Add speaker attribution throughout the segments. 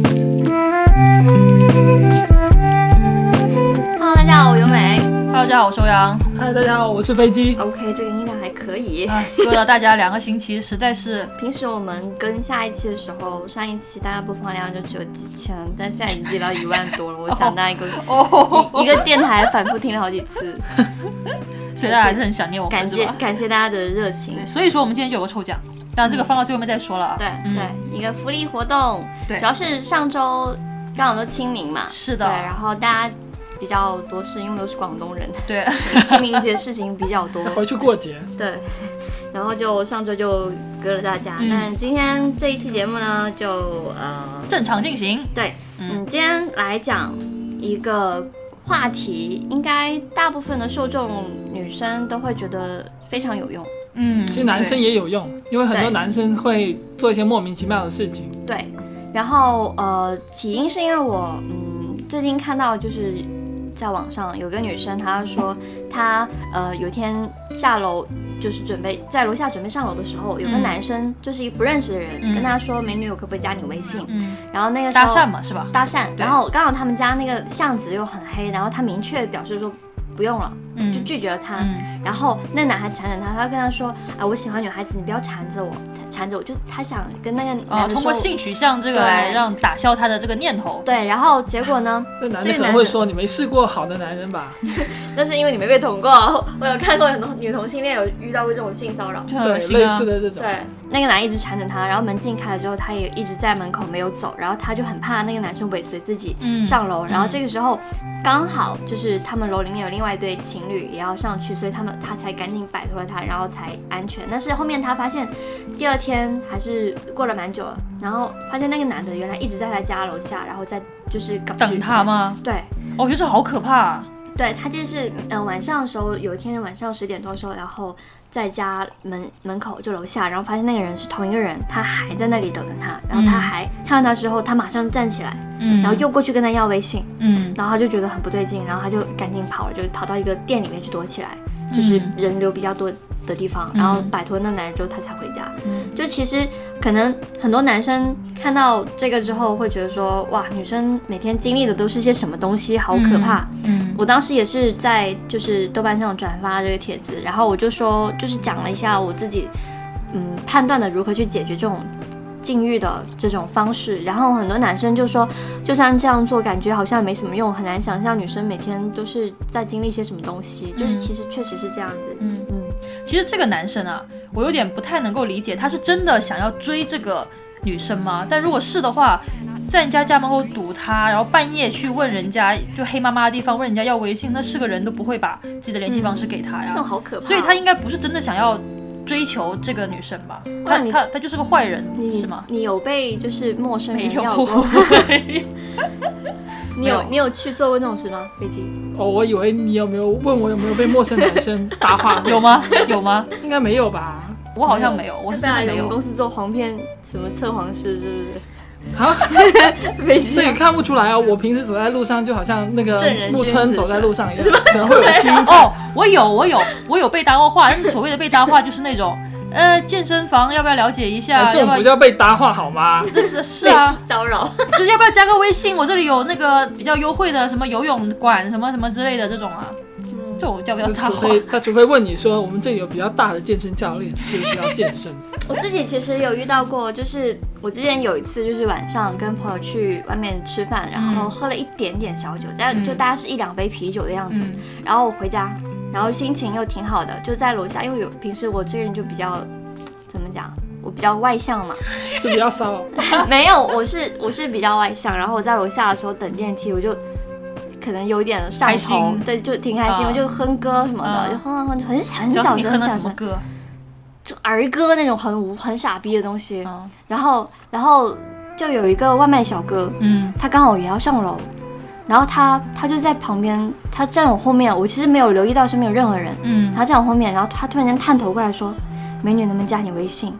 Speaker 1: 良。
Speaker 2: 嗨，大家好，我是飞机。
Speaker 3: OK，这个音量还可以。
Speaker 1: 啊，隔了大家两个星期，实在 是
Speaker 3: 平时我们更下一期的时候，上一期大家播放量就只有几千，但现在已经接到一万 多了。我想那一个、
Speaker 1: 哦，
Speaker 3: 一个电台反复听了好几次，
Speaker 1: 所以大家还是很想念我
Speaker 3: 感
Speaker 1: 们，是
Speaker 3: 谢
Speaker 1: 吧？
Speaker 3: 感谢大家的热情
Speaker 1: 对，。所以说我们今天就有个抽奖，但这个放到最后面再说了啊。
Speaker 3: 嗯对
Speaker 1: 嗯
Speaker 3: 对，一个福利活动，
Speaker 1: 对
Speaker 3: 主要是上周刚好都清明嘛，
Speaker 1: 是的
Speaker 3: 对，然后大家比较多是因为都是广东人，
Speaker 1: 对，
Speaker 3: 清明节事情比较多，
Speaker 2: 回去过节，
Speaker 3: 对，然后就上周就割了大家。
Speaker 1: 嗯
Speaker 3: 那今天这一期节目呢，就呃，
Speaker 1: 正常进行。
Speaker 3: 对，
Speaker 1: 嗯
Speaker 3: 嗯，今天来讲一个话题，应该大部分的受众女生都会觉得非常有用。
Speaker 1: 嗯，
Speaker 2: 其实男生
Speaker 1: 对
Speaker 2: 也有用，因为很
Speaker 3: 对
Speaker 2: 多男生会做一些莫名其妙的事情。
Speaker 3: 对，然后呃，起因是因为我嗯，最近看到就是在网上有个女生，她说她呃有一天下楼就是准备在楼下准备上楼的时候，有个
Speaker 1: 嗯
Speaker 3: 男生就是一个不认识的人、
Speaker 1: 嗯
Speaker 3: 跟她说：“美女，我可不可以加你微信？”
Speaker 1: 嗯
Speaker 3: 然后那个时
Speaker 1: 搭
Speaker 3: 候
Speaker 1: 讪嘛，是吧？
Speaker 3: 搭讪，
Speaker 1: 对
Speaker 3: 然后刚好他们家那个巷子又很黑，然后她明确表示说不用了，
Speaker 1: 嗯，
Speaker 3: 就拒绝了他。
Speaker 1: 嗯
Speaker 3: 然后那男孩缠着她，他跟她说：“啊，我喜欢女孩子，你不要缠着我，缠着我。”就他想跟那个
Speaker 1: 哦，
Speaker 3: 男的
Speaker 1: 通
Speaker 3: 说
Speaker 1: 过。性取向这个来
Speaker 3: 对
Speaker 1: 让打消他的这个念头。
Speaker 3: 对，然后结果呢？
Speaker 2: 那男
Speaker 3: 这个
Speaker 2: 的可能
Speaker 3: 男
Speaker 2: 会
Speaker 3: 的
Speaker 2: 说：“你没试过好的男人吧
Speaker 3: 那是因为你没被捅过。我有看过很多女同性恋有遇到过这种性骚扰。
Speaker 1: 就？”很
Speaker 2: 对
Speaker 1: 恶，心
Speaker 2: 类
Speaker 1: 啊
Speaker 2: 似。的这种。
Speaker 3: 对，那个男一直缠着她，然后门禁开了之后，她也一直在门口没有走，然后她就很怕那个男生尾随自己
Speaker 1: 嗯
Speaker 3: 上楼，然后这个时候刚好就是他们楼里面有另外一对情侣也要上去，所以他们她才赶紧摆脱了他，然后才安全。但是后面她发现，第二天还是过了蛮久了，然后发现那个男的原来一直在她家楼下，然后在就是搞
Speaker 1: 等他？吗？
Speaker 3: 对，
Speaker 1: 哦我觉得这好可怕啊。
Speaker 3: 对他就是，嗯、晚上的时候，有一天晚上十点多的时候，然后在家门门口就楼下，然后发现那个人是同一个人，他还在那里等着他，然后他
Speaker 1: 嗯
Speaker 3: 还、看到他之后，他马上站起来，
Speaker 1: 嗯，
Speaker 3: 然后又过去跟他要微信，
Speaker 1: 嗯
Speaker 3: 然后他就觉得很不对劲，然后他就赶紧跑了，就跑到一个店里面去躲起来，就是
Speaker 1: 嗯
Speaker 3: 人流比较多的地方，然后
Speaker 1: 嗯
Speaker 3: 摆脱那男人之后，他才回家。
Speaker 1: 嗯
Speaker 3: 就其实可能很多男生看到这个之后，会觉得说，哇，女生每天经历的都是些什么东西，好可怕。
Speaker 1: 嗯
Speaker 3: 我当时也是在就是豆瓣上转发这个帖子，然后我就说，就是讲了一下我自己，嗯，判断的如何去解决这种禁欲的这种方式。然后很多男生就说，就算这样做，感觉好像没什么用，很难想象女生每天都是在经历一些什么东西。就是
Speaker 1: 嗯
Speaker 3: 其实确实是这样子，
Speaker 1: 嗯，
Speaker 3: 嗯，
Speaker 1: 其实这个男生啊，我有点不太能够理解，他是真的想要追这个女生吗？但如果是的话，在人家家门口堵她，然后半夜去问人家，就黑麻麻的地方问人家要微信，那是个人都不会把自己的联系方式给他呀
Speaker 3: 这。种好可怕。
Speaker 1: 所以他应该不是真的想要追求这个女生吧？
Speaker 3: 哇
Speaker 1: 他
Speaker 3: 你
Speaker 1: 他他就是个坏人
Speaker 3: 你
Speaker 1: 是吗？
Speaker 3: 你有被就是陌生
Speaker 1: 没
Speaker 3: 人
Speaker 1: 有
Speaker 3: 要过？，你
Speaker 1: 没
Speaker 3: 有
Speaker 1: 有
Speaker 3: 你有去做过那种事吗？飞机？
Speaker 2: 哦，我以为你有没有问我有没有被陌生男生 搭话过？
Speaker 1: 有吗？有吗？
Speaker 2: 应该没有吧？
Speaker 1: 我好像没有，我
Speaker 3: 要
Speaker 1: 是
Speaker 3: 不
Speaker 1: 真
Speaker 3: 然
Speaker 1: 的
Speaker 3: 来
Speaker 1: 没
Speaker 3: 我们
Speaker 1: 有。
Speaker 3: 公司做黄片什么测谎师是不
Speaker 2: 啊，
Speaker 3: 是？飞机
Speaker 2: 这也看不出来啊！我平时走在路上，就好像那个
Speaker 3: 正人君子
Speaker 2: 木村走在路上一
Speaker 3: 是吧
Speaker 2: 样，可能会有 心
Speaker 1: 哦，我有，我有，我有被搭过话，但是所谓的被搭话就是那种，呃，健身房要不要了解一
Speaker 3: 啊
Speaker 1: 下？
Speaker 2: 哎这
Speaker 1: 要不
Speaker 2: 种不
Speaker 1: 要？
Speaker 2: 叫被搭话好 吗？
Speaker 1: 这是是 啊，
Speaker 3: 骚扰。
Speaker 1: 就是要不要加个微信？我这里有那个比较优惠的什么游泳馆什么什么之类的这种啊，
Speaker 3: 嗯
Speaker 1: 这种叫不叫
Speaker 2: 那
Speaker 1: 搭
Speaker 2: 除
Speaker 1: 话？
Speaker 2: 非他除非问你说，我们这里有比较大的健身教练，是不是要健身？
Speaker 3: 我自己其实有遇到过，就是我之前有一次就是晚上跟朋友去外面吃饭，然后喝了一点点小酒，但
Speaker 1: 嗯
Speaker 3: 就大概是一两杯啤酒的样子，
Speaker 1: 嗯
Speaker 3: 然后我回家，然后心情又挺好的，就在楼下，因为有平时我这个人就比较怎么讲，我比较外向 嘛，
Speaker 2: 就比较骚。
Speaker 3: 没有，我是我是比较外向，然后我在楼下的时候等电梯，我就可能有点上
Speaker 1: 开
Speaker 3: 头
Speaker 1: 心，
Speaker 3: 对，就挺开心，
Speaker 1: 啊
Speaker 3: 我就哼歌什么的，
Speaker 1: 嗯
Speaker 3: 就哼哼哼，很很
Speaker 1: 主要是
Speaker 3: 小
Speaker 1: 你
Speaker 3: 声，
Speaker 1: 哼
Speaker 3: 很
Speaker 1: 的
Speaker 3: 小
Speaker 1: 什么
Speaker 3: 声，
Speaker 1: 歌？
Speaker 3: 就儿歌那种很无很傻逼的东西。
Speaker 1: 嗯
Speaker 3: 然后然后就有一个外卖小哥，
Speaker 1: 嗯
Speaker 3: 他刚好也要上楼，然后他他就在旁边，他站我后面，我其实没有留意到身边有任何人，
Speaker 1: 嗯
Speaker 3: 他站我后面，然后他突然间探头过来说：“美女，能不能加你微信？”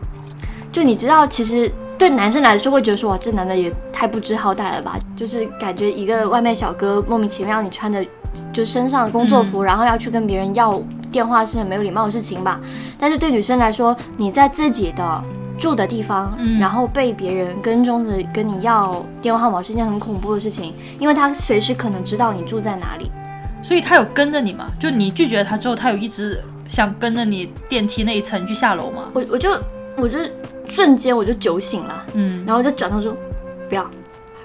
Speaker 3: 就你知道，其实对男生来说会觉得说哇，这男的也太不知好歹了吧，就是感觉一个外卖小哥莫名其妙让你穿着就身上的工作服，然后要去跟别人要电话是很没有礼貌的事情吧。但是对女生来说，你在自己的。住的地方，
Speaker 1: 嗯
Speaker 3: 然后被别人跟踪着跟你要电话号码是一件很恐怖的事情，因为他随时可能知道你住在哪里。
Speaker 1: 所以他有跟着你吗？就你拒绝了他之后，他有一直想跟着你电梯那一层去下楼吗？
Speaker 3: 我我就我就瞬间我就酒醒了，
Speaker 1: 嗯，
Speaker 3: 然后就转头说不要，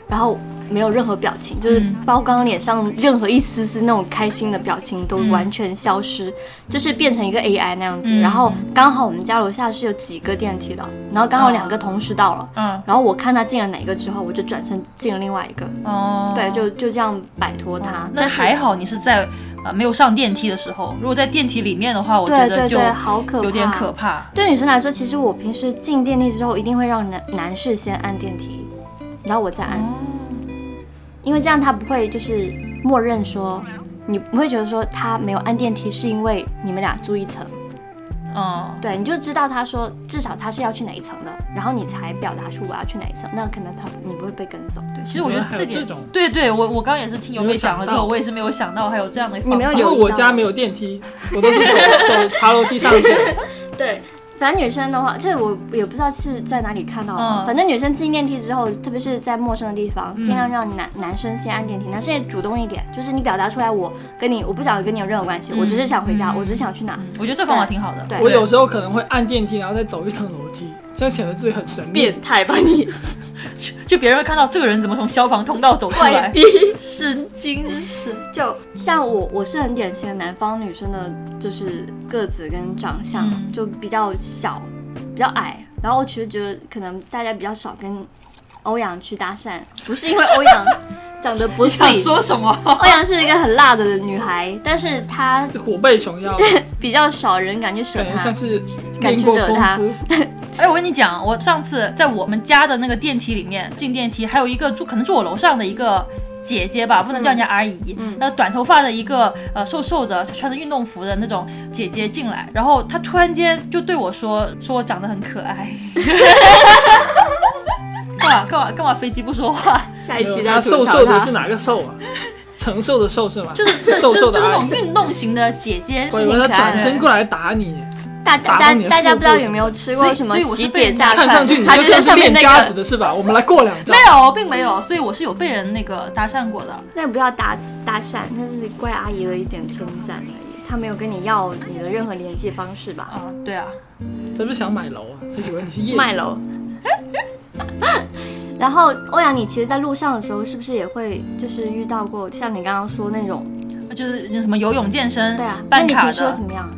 Speaker 3: 然后没有任何表情，就是
Speaker 1: 嗯
Speaker 3: 包括刚刚脸上任何一丝丝那种开心的表情都
Speaker 1: 嗯
Speaker 3: 完全消失，就是变成一个 AI 那样子。
Speaker 1: 嗯
Speaker 3: 然后刚好我们家楼下是有几个电梯的，然后刚好两个同时到了。
Speaker 1: 嗯，
Speaker 3: 然后我看他进了哪个之后，我就转身进了另外一个，
Speaker 1: 哦，
Speaker 3: 对，就就这样摆脱他。
Speaker 1: 那
Speaker 3: 但是
Speaker 1: 还好，你是在呃没有上电梯的时候。如果在电梯里面的话，我觉
Speaker 3: 对
Speaker 1: 得
Speaker 3: 对
Speaker 1: 就
Speaker 3: 对，好可怕，
Speaker 1: 有点可怕。
Speaker 3: 对女生来说，其实我平时进电梯之后，一定会让男男士先按电梯，然后我再按，因为这样他不会就是默认说，你不会觉得说他没有按电梯是因为你们俩住一层，
Speaker 1: 嗯，
Speaker 3: 对，你就知道他说至少他是要去哪一层的，然后你才表达出我要去哪一层，那可能他你不会被跟走，
Speaker 1: 对，其实我觉得
Speaker 2: 原来还
Speaker 1: 这
Speaker 2: 有
Speaker 1: 点，
Speaker 2: 这种
Speaker 1: 对对，我我刚刚也是听尤
Speaker 2: 没有
Speaker 1: 妹讲了之
Speaker 2: 想
Speaker 1: 后，
Speaker 2: 到
Speaker 1: 我也是没有想到还有这样的方法。
Speaker 3: 你没有
Speaker 2: 因为
Speaker 3: 留意
Speaker 2: 我
Speaker 3: 到
Speaker 2: 家没有电梯，我都是走 走爬楼梯上去。
Speaker 3: 对。反正女生的话，这我也不知道是在哪里看到的。啊
Speaker 1: 嗯
Speaker 3: 反正女生进电梯之后，特别是在陌生的地方，
Speaker 1: 嗯
Speaker 3: 尽量让男、男生先按电梯，男生也主动一点，就是你表达出来，我跟你我不想跟你有任何关系，
Speaker 1: 嗯
Speaker 3: 我只是想回家，
Speaker 1: 嗯
Speaker 3: 我只是想去哪。
Speaker 1: 嗯我觉得这方法挺好的。
Speaker 3: 对
Speaker 2: 我有时候可能会按电梯，然后再走一层楼梯，这样显得自己很神秘。
Speaker 3: 变态吧你！
Speaker 1: 就别人会看到这个人怎么从消防通道走出来， 神经真是。
Speaker 3: 就像我，我是很典型的南方女生的，就是个子跟长相、
Speaker 1: 嗯
Speaker 3: 就比较小，比较矮。然后我其实觉得，可能大家比较少跟欧阳去搭讪，不是因为欧阳长得不
Speaker 1: 你想
Speaker 3: 帅，
Speaker 1: 说什么？
Speaker 3: 欧阳是一个很辣的女孩，但是她
Speaker 2: 虎背熊腰，
Speaker 3: 比较少人敢去惹
Speaker 2: 感觉
Speaker 3: 她。
Speaker 2: 像是
Speaker 3: 敢
Speaker 2: 练
Speaker 3: 去
Speaker 2: 过
Speaker 3: 惹
Speaker 2: 功
Speaker 3: 他
Speaker 2: 夫。
Speaker 1: 哎，我跟你讲，我上次在我们家的那个电梯里面进电梯，还有一个住可能住我楼上的一个姐姐吧，不能叫人家阿姨，
Speaker 3: 嗯
Speaker 1: 那短头发的一个呃瘦瘦的穿着运动服的那种姐姐进来，然后她突然间就对我说，说我长得很可爱。 干嘛干嘛干嘛？飞机不说 话，
Speaker 3: 下
Speaker 2: 没有他瘦瘦的是哪个瘦啊？承受的瘦是吗？
Speaker 1: 就是
Speaker 2: 瘦
Speaker 1: 就
Speaker 2: 瘦的
Speaker 1: 是那
Speaker 2: 阿
Speaker 1: 种
Speaker 2: 姨。
Speaker 1: 运动型的姐姐，
Speaker 2: 我
Speaker 3: 是
Speaker 2: 以
Speaker 3: 挺
Speaker 2: 为他
Speaker 3: 可爱的
Speaker 2: 转身过来打你，
Speaker 3: 大
Speaker 2: 打
Speaker 3: 大
Speaker 2: 到你的
Speaker 3: 大家
Speaker 2: 腹
Speaker 3: 不知道
Speaker 2: 部
Speaker 3: 有没有吃过
Speaker 1: 所以
Speaker 3: 什么
Speaker 1: 所以我是
Speaker 3: 喜
Speaker 1: 被
Speaker 3: 姐
Speaker 1: 人
Speaker 3: 炸
Speaker 1: 家
Speaker 2: 看
Speaker 3: 串，
Speaker 2: 上去你
Speaker 3: 她
Speaker 2: 就
Speaker 3: 就是上
Speaker 2: 是
Speaker 3: 面
Speaker 2: 练
Speaker 3: 那
Speaker 2: 家子
Speaker 3: 个。
Speaker 2: 的是吧？我们来过两招
Speaker 1: 没。有，并没有，所以我是有被人那个搭讪过的。
Speaker 3: 那不要搭搭讪，那是怪阿姨的一点称赞而已。她没有跟你要你的任何联系方式吧？
Speaker 1: 啊，对啊，
Speaker 2: 真是想买楼啊？就以为你是业主。
Speaker 3: 卖楼。 然后欧阳，你其实，在路上的时候，是不是也会就是遇到过像你刚刚说那种？
Speaker 1: 就是那什么游泳、健身、
Speaker 3: 对啊，那
Speaker 1: 办
Speaker 3: 你
Speaker 1: 卡
Speaker 3: 平时会
Speaker 1: 的
Speaker 3: 怎。么样？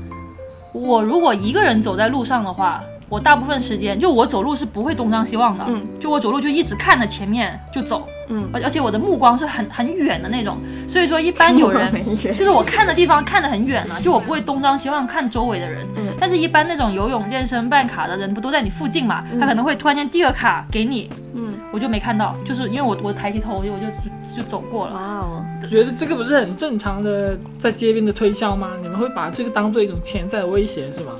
Speaker 1: 我如果一个人走在路上的话，我大部分时间就我走路是不会东张西望的，
Speaker 3: 嗯
Speaker 1: 就我走路就一直看着前面就走，
Speaker 3: 嗯，
Speaker 1: 而而且我的目光是很很远的那种，所以说一 般有人就是我看的地方看得很远啊，就我不会东张西望看周围的人。
Speaker 3: 嗯
Speaker 1: 但是，一般那种游泳、健身、办卡的人不都在你附近嘛？他可能会突然间递个卡给你，
Speaker 3: 嗯，
Speaker 1: 我就没看到，就是因为我我抬起头我就我就就就走过了。
Speaker 3: 哇哦，
Speaker 2: 觉得这个不是很正常的在街边的推销吗？你们会把这个当做一种潜在的威胁是吗？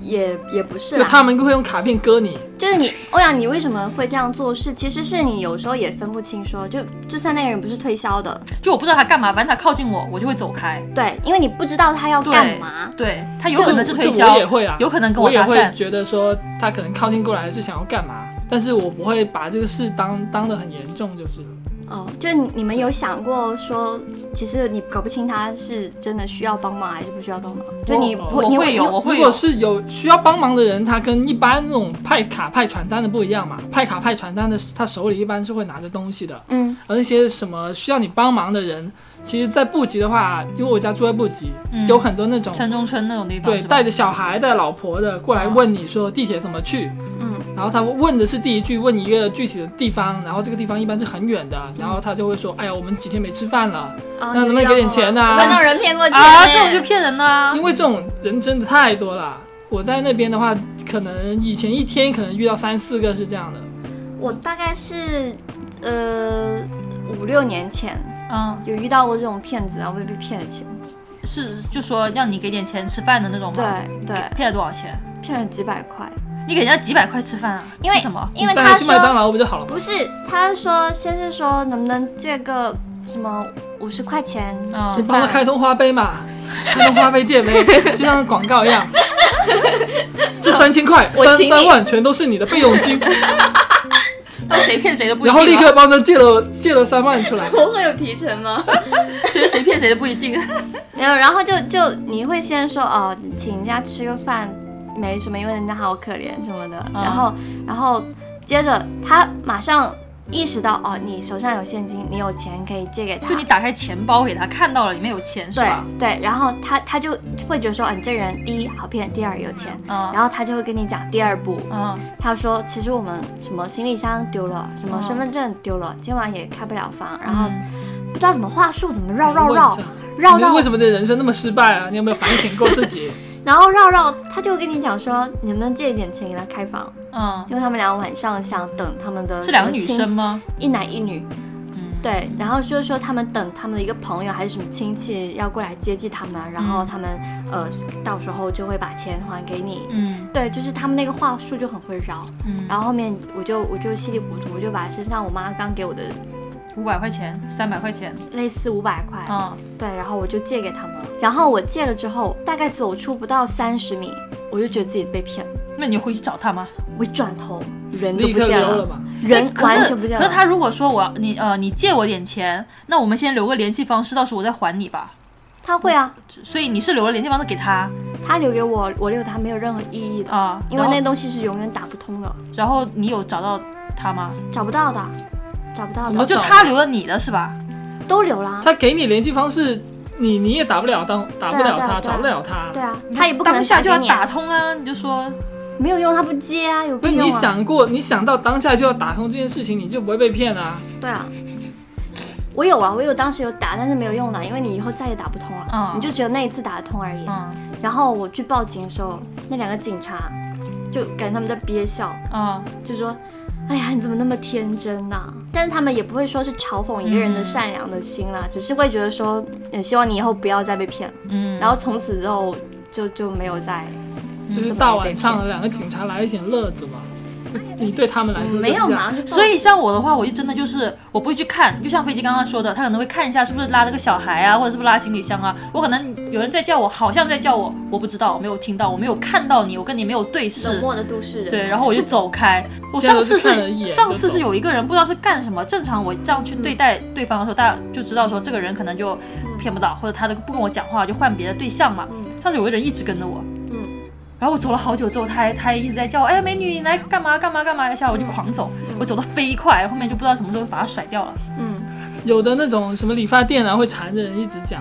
Speaker 3: 也也不是
Speaker 2: 就
Speaker 3: 啦，
Speaker 2: 他们会用卡片割你，
Speaker 3: 就是你欧阳，你为什么会这样做事？其实是你有时候也分不清说，就就算那个人不是推销的，
Speaker 1: 就我不知道他干嘛，反正他靠近我，我就会走开。
Speaker 3: 对，因为你不知道他要干嘛，
Speaker 1: 对他有可能是推
Speaker 2: 就
Speaker 1: 销
Speaker 2: 我也，会啊，
Speaker 1: 有可能跟
Speaker 2: 我也
Speaker 1: 搭
Speaker 2: 会
Speaker 1: 讪。
Speaker 2: 觉得说他可能靠近过来是想要干嘛，但是我不会把这个事当当得很严重就是了。
Speaker 3: 哦，就你你们有想过说，其实你搞不清他是真的需要帮忙还是不需要帮忙，就你
Speaker 2: 我
Speaker 3: 不
Speaker 1: 我
Speaker 3: 你
Speaker 1: 会有，哦我
Speaker 2: 如
Speaker 1: 会
Speaker 2: 果
Speaker 1: 有。
Speaker 2: 是有需要帮忙的人，他跟一般那种派卡派传单的不一样嘛，派卡派传单的他手里一般是会拿着东西的，
Speaker 3: 嗯
Speaker 2: 而那些什么需要你帮忙的人，其实，在布吉的话，因为我家住在布吉，
Speaker 1: 嗯
Speaker 2: 有很多那种
Speaker 1: 城中村那种地方，
Speaker 2: 对
Speaker 1: 是吧
Speaker 2: 带着小孩、带老婆的过来问你说地铁怎么去，
Speaker 3: 嗯，
Speaker 2: 然后他问的是第一句，问一个具体的地方，然后这个地方一般是很远
Speaker 3: 嗯
Speaker 2: 的，然后他就会说，哎呀，我们几天没吃饭了，
Speaker 3: 啊
Speaker 2: 那能不能给点钱呢、
Speaker 3: 问到人骗过钱欸
Speaker 1: 啊，
Speaker 3: 呢
Speaker 1: 这种就骗人啊呐、
Speaker 3: 啊
Speaker 2: 因为这种人真的太多了，我在那边的话，可能以前一天可能遇到三四个是这样的，
Speaker 3: 我大概是呃五六年前
Speaker 1: 嗯，
Speaker 3: 有遇到过这种骗子，然后被被骗了钱，
Speaker 1: 是就说让你给点钱吃饭的那种
Speaker 3: 对
Speaker 1: 吗？
Speaker 3: 对，
Speaker 1: 骗了多少钱？
Speaker 3: 骗了几百块，
Speaker 1: 你给人家几百块吃饭啊？
Speaker 3: 因为
Speaker 1: 吃什么？
Speaker 3: 因为
Speaker 2: 带
Speaker 3: 他
Speaker 2: 他去麦当
Speaker 3: 说
Speaker 2: 劳不就好了吗？
Speaker 3: 不是，他说先是说能不能借个什么五十块钱
Speaker 1: 嗯
Speaker 3: 吃
Speaker 2: 你帮他
Speaker 3: 饭，
Speaker 2: 开通花呗嘛， 开通花呗借呗，就像广告一样。这三千块，
Speaker 3: 我
Speaker 2: 三
Speaker 3: 请你
Speaker 2: 三万全都是你的备用金。
Speaker 1: 但谁骗谁的不一定、
Speaker 2: 然
Speaker 1: 啊。
Speaker 2: 后立刻帮他借了借了三万出。来
Speaker 4: 我会有提成吗？
Speaker 1: 其 实谁骗谁的不一定。
Speaker 3: 没有，然后就就你会先说哦，请人家吃个饭没什么，因为人家好可怜什么的。
Speaker 1: 嗯
Speaker 3: 然后然后接着他马上意识到哦，你手上有现金，你有钱可以借给他
Speaker 1: 就。你打开钱包给他看到了，里面有钱是
Speaker 3: 对
Speaker 1: 吧？
Speaker 3: 对，然后他他就会觉得说，哦，你这个人第一好骗，第二有钱，
Speaker 1: 嗯
Speaker 3: 然后他就会跟你讲第二步，
Speaker 1: 嗯
Speaker 3: 他说其实我们什么行李箱丢了，什么
Speaker 1: 嗯
Speaker 3: 身份证丢了，今晚也开不了房，然后
Speaker 1: 嗯
Speaker 3: 不知道怎么话术，怎么绕绕
Speaker 2: 问一
Speaker 3: 绕
Speaker 2: 下
Speaker 3: 绕
Speaker 2: 你们
Speaker 3: 到
Speaker 2: 为什么你的人生那么失败啊？你有没有反省过自 己？
Speaker 3: 然后绕绕，他就跟你讲说，你能不能借一点钱给他开房？
Speaker 1: 嗯，
Speaker 3: 因为他们俩晚上想等他们的
Speaker 1: 是两个
Speaker 3: 什
Speaker 1: 女
Speaker 3: 么亲
Speaker 1: 生，吗？
Speaker 3: 一男一女，
Speaker 1: 嗯，
Speaker 3: 对。然后就是说他们等他们的一个朋友还是什么亲戚要过来接济他们，然后他们呃到时候就会把钱还给你。
Speaker 1: 嗯
Speaker 3: 对，就是他们那个话术就很会绕。
Speaker 1: 嗯，
Speaker 3: 然后后面我就我就稀里糊涂，我就把身上我妈刚给我的
Speaker 1: 五百块钱，三百块钱，
Speaker 3: 类似五百块，
Speaker 1: 嗯，
Speaker 3: 对，然后我就借给他们了。然后我借了之后，大概走出不到三十米，我就觉得自己被骗了。
Speaker 1: 那你回去找他吗？
Speaker 3: 我一转头，人都
Speaker 2: 立
Speaker 3: 不
Speaker 2: 刻
Speaker 3: 见
Speaker 2: 溜
Speaker 3: 了，
Speaker 2: 了吧？
Speaker 3: 人
Speaker 1: 哎可是
Speaker 3: 完全不见
Speaker 1: 可
Speaker 3: 了。
Speaker 1: 是他如果说我要你呃你借我点钱，那我们先留个联系方式，到时候我再还你吧。
Speaker 3: 他会啊，
Speaker 1: 所以你是留了联系方式给他
Speaker 3: 他留给我，我留给他没有任何意义的，
Speaker 1: 啊，
Speaker 3: 因为
Speaker 1: 然后
Speaker 3: 那东西是永远打不通的，
Speaker 1: 然后你有找到他吗？
Speaker 3: 找不到的，找不到
Speaker 2: 怎么
Speaker 3: 的，
Speaker 1: 就
Speaker 2: 找
Speaker 1: 他留了你的是吧？
Speaker 3: 都留啊啦。
Speaker 2: 他给你联系方式，你你也打不了当打不
Speaker 3: 对啊
Speaker 2: 了
Speaker 3: 对啊
Speaker 2: 他，
Speaker 3: 对啊
Speaker 2: 找不了他。
Speaker 3: 对啊，他也不可能
Speaker 1: 当下就要
Speaker 3: 给你
Speaker 1: 打
Speaker 3: 啊，
Speaker 1: 通啊，你就说
Speaker 3: 没有用，他不接啊，有屁
Speaker 2: 不是
Speaker 3: 用啊。
Speaker 2: 你想过，你想到当下就要打通这件事情，你就不会被骗啊。
Speaker 3: 对啊，我有啊，我有当时有打，但是没有用的，因为你以后再也打不通了，
Speaker 1: 嗯
Speaker 3: 你就只有那一次打得通而已。
Speaker 1: 嗯
Speaker 3: 然后我去报警的时候，那两个警察就感觉他们在憋笑，
Speaker 1: 嗯
Speaker 3: 就说：“哎呀，你怎么那么天真呐、啊但是他们也不会说是嘲讽一个人的善良的心啦，只是会觉得说，也希望你以后不要再被骗了。
Speaker 1: 嗯，
Speaker 3: 然后从此之后就就没有再，嗯
Speaker 2: 就是大晚上的两个警察来一点乐子嘛。你对他们来说哎就是
Speaker 3: 没有
Speaker 2: 这样
Speaker 3: 嘛。就
Speaker 1: 所以像我的话，我就真的就是我不会去看，就像飞机刚刚说的，他可能会看一下是不是拉了个小孩啊，或者是不是拉行李箱啊。我可能有人在叫我，好像在叫我，我不知道，我没有听到，我没有看到你，我跟你没有对
Speaker 3: 冷
Speaker 1: 视。
Speaker 3: 漠的都市人，
Speaker 1: 对，然后我就走开。我
Speaker 2: 现在
Speaker 1: 上
Speaker 2: 都
Speaker 1: 次
Speaker 2: 是看了一
Speaker 1: 是
Speaker 2: 眼
Speaker 1: 上
Speaker 2: 就
Speaker 1: 次是
Speaker 2: 走
Speaker 1: 有一个人不知道是干什么，正常我这样去对待对方的时候，大家就知道说这个人可能就骗不到，或者他都不跟我讲话，就换别的对象嘛。
Speaker 3: 嗯
Speaker 1: 上次有个人一直跟着我，
Speaker 3: 嗯，
Speaker 1: 然后我走了好久之后，他还他还一直在叫我，哎，美女，你来干嘛干嘛干嘛一下，我就狂走，我走得飞快，后面就不知道什么时候把他甩掉了。
Speaker 3: 嗯，
Speaker 2: 有的那种什么理发店啊，会缠着人一直讲，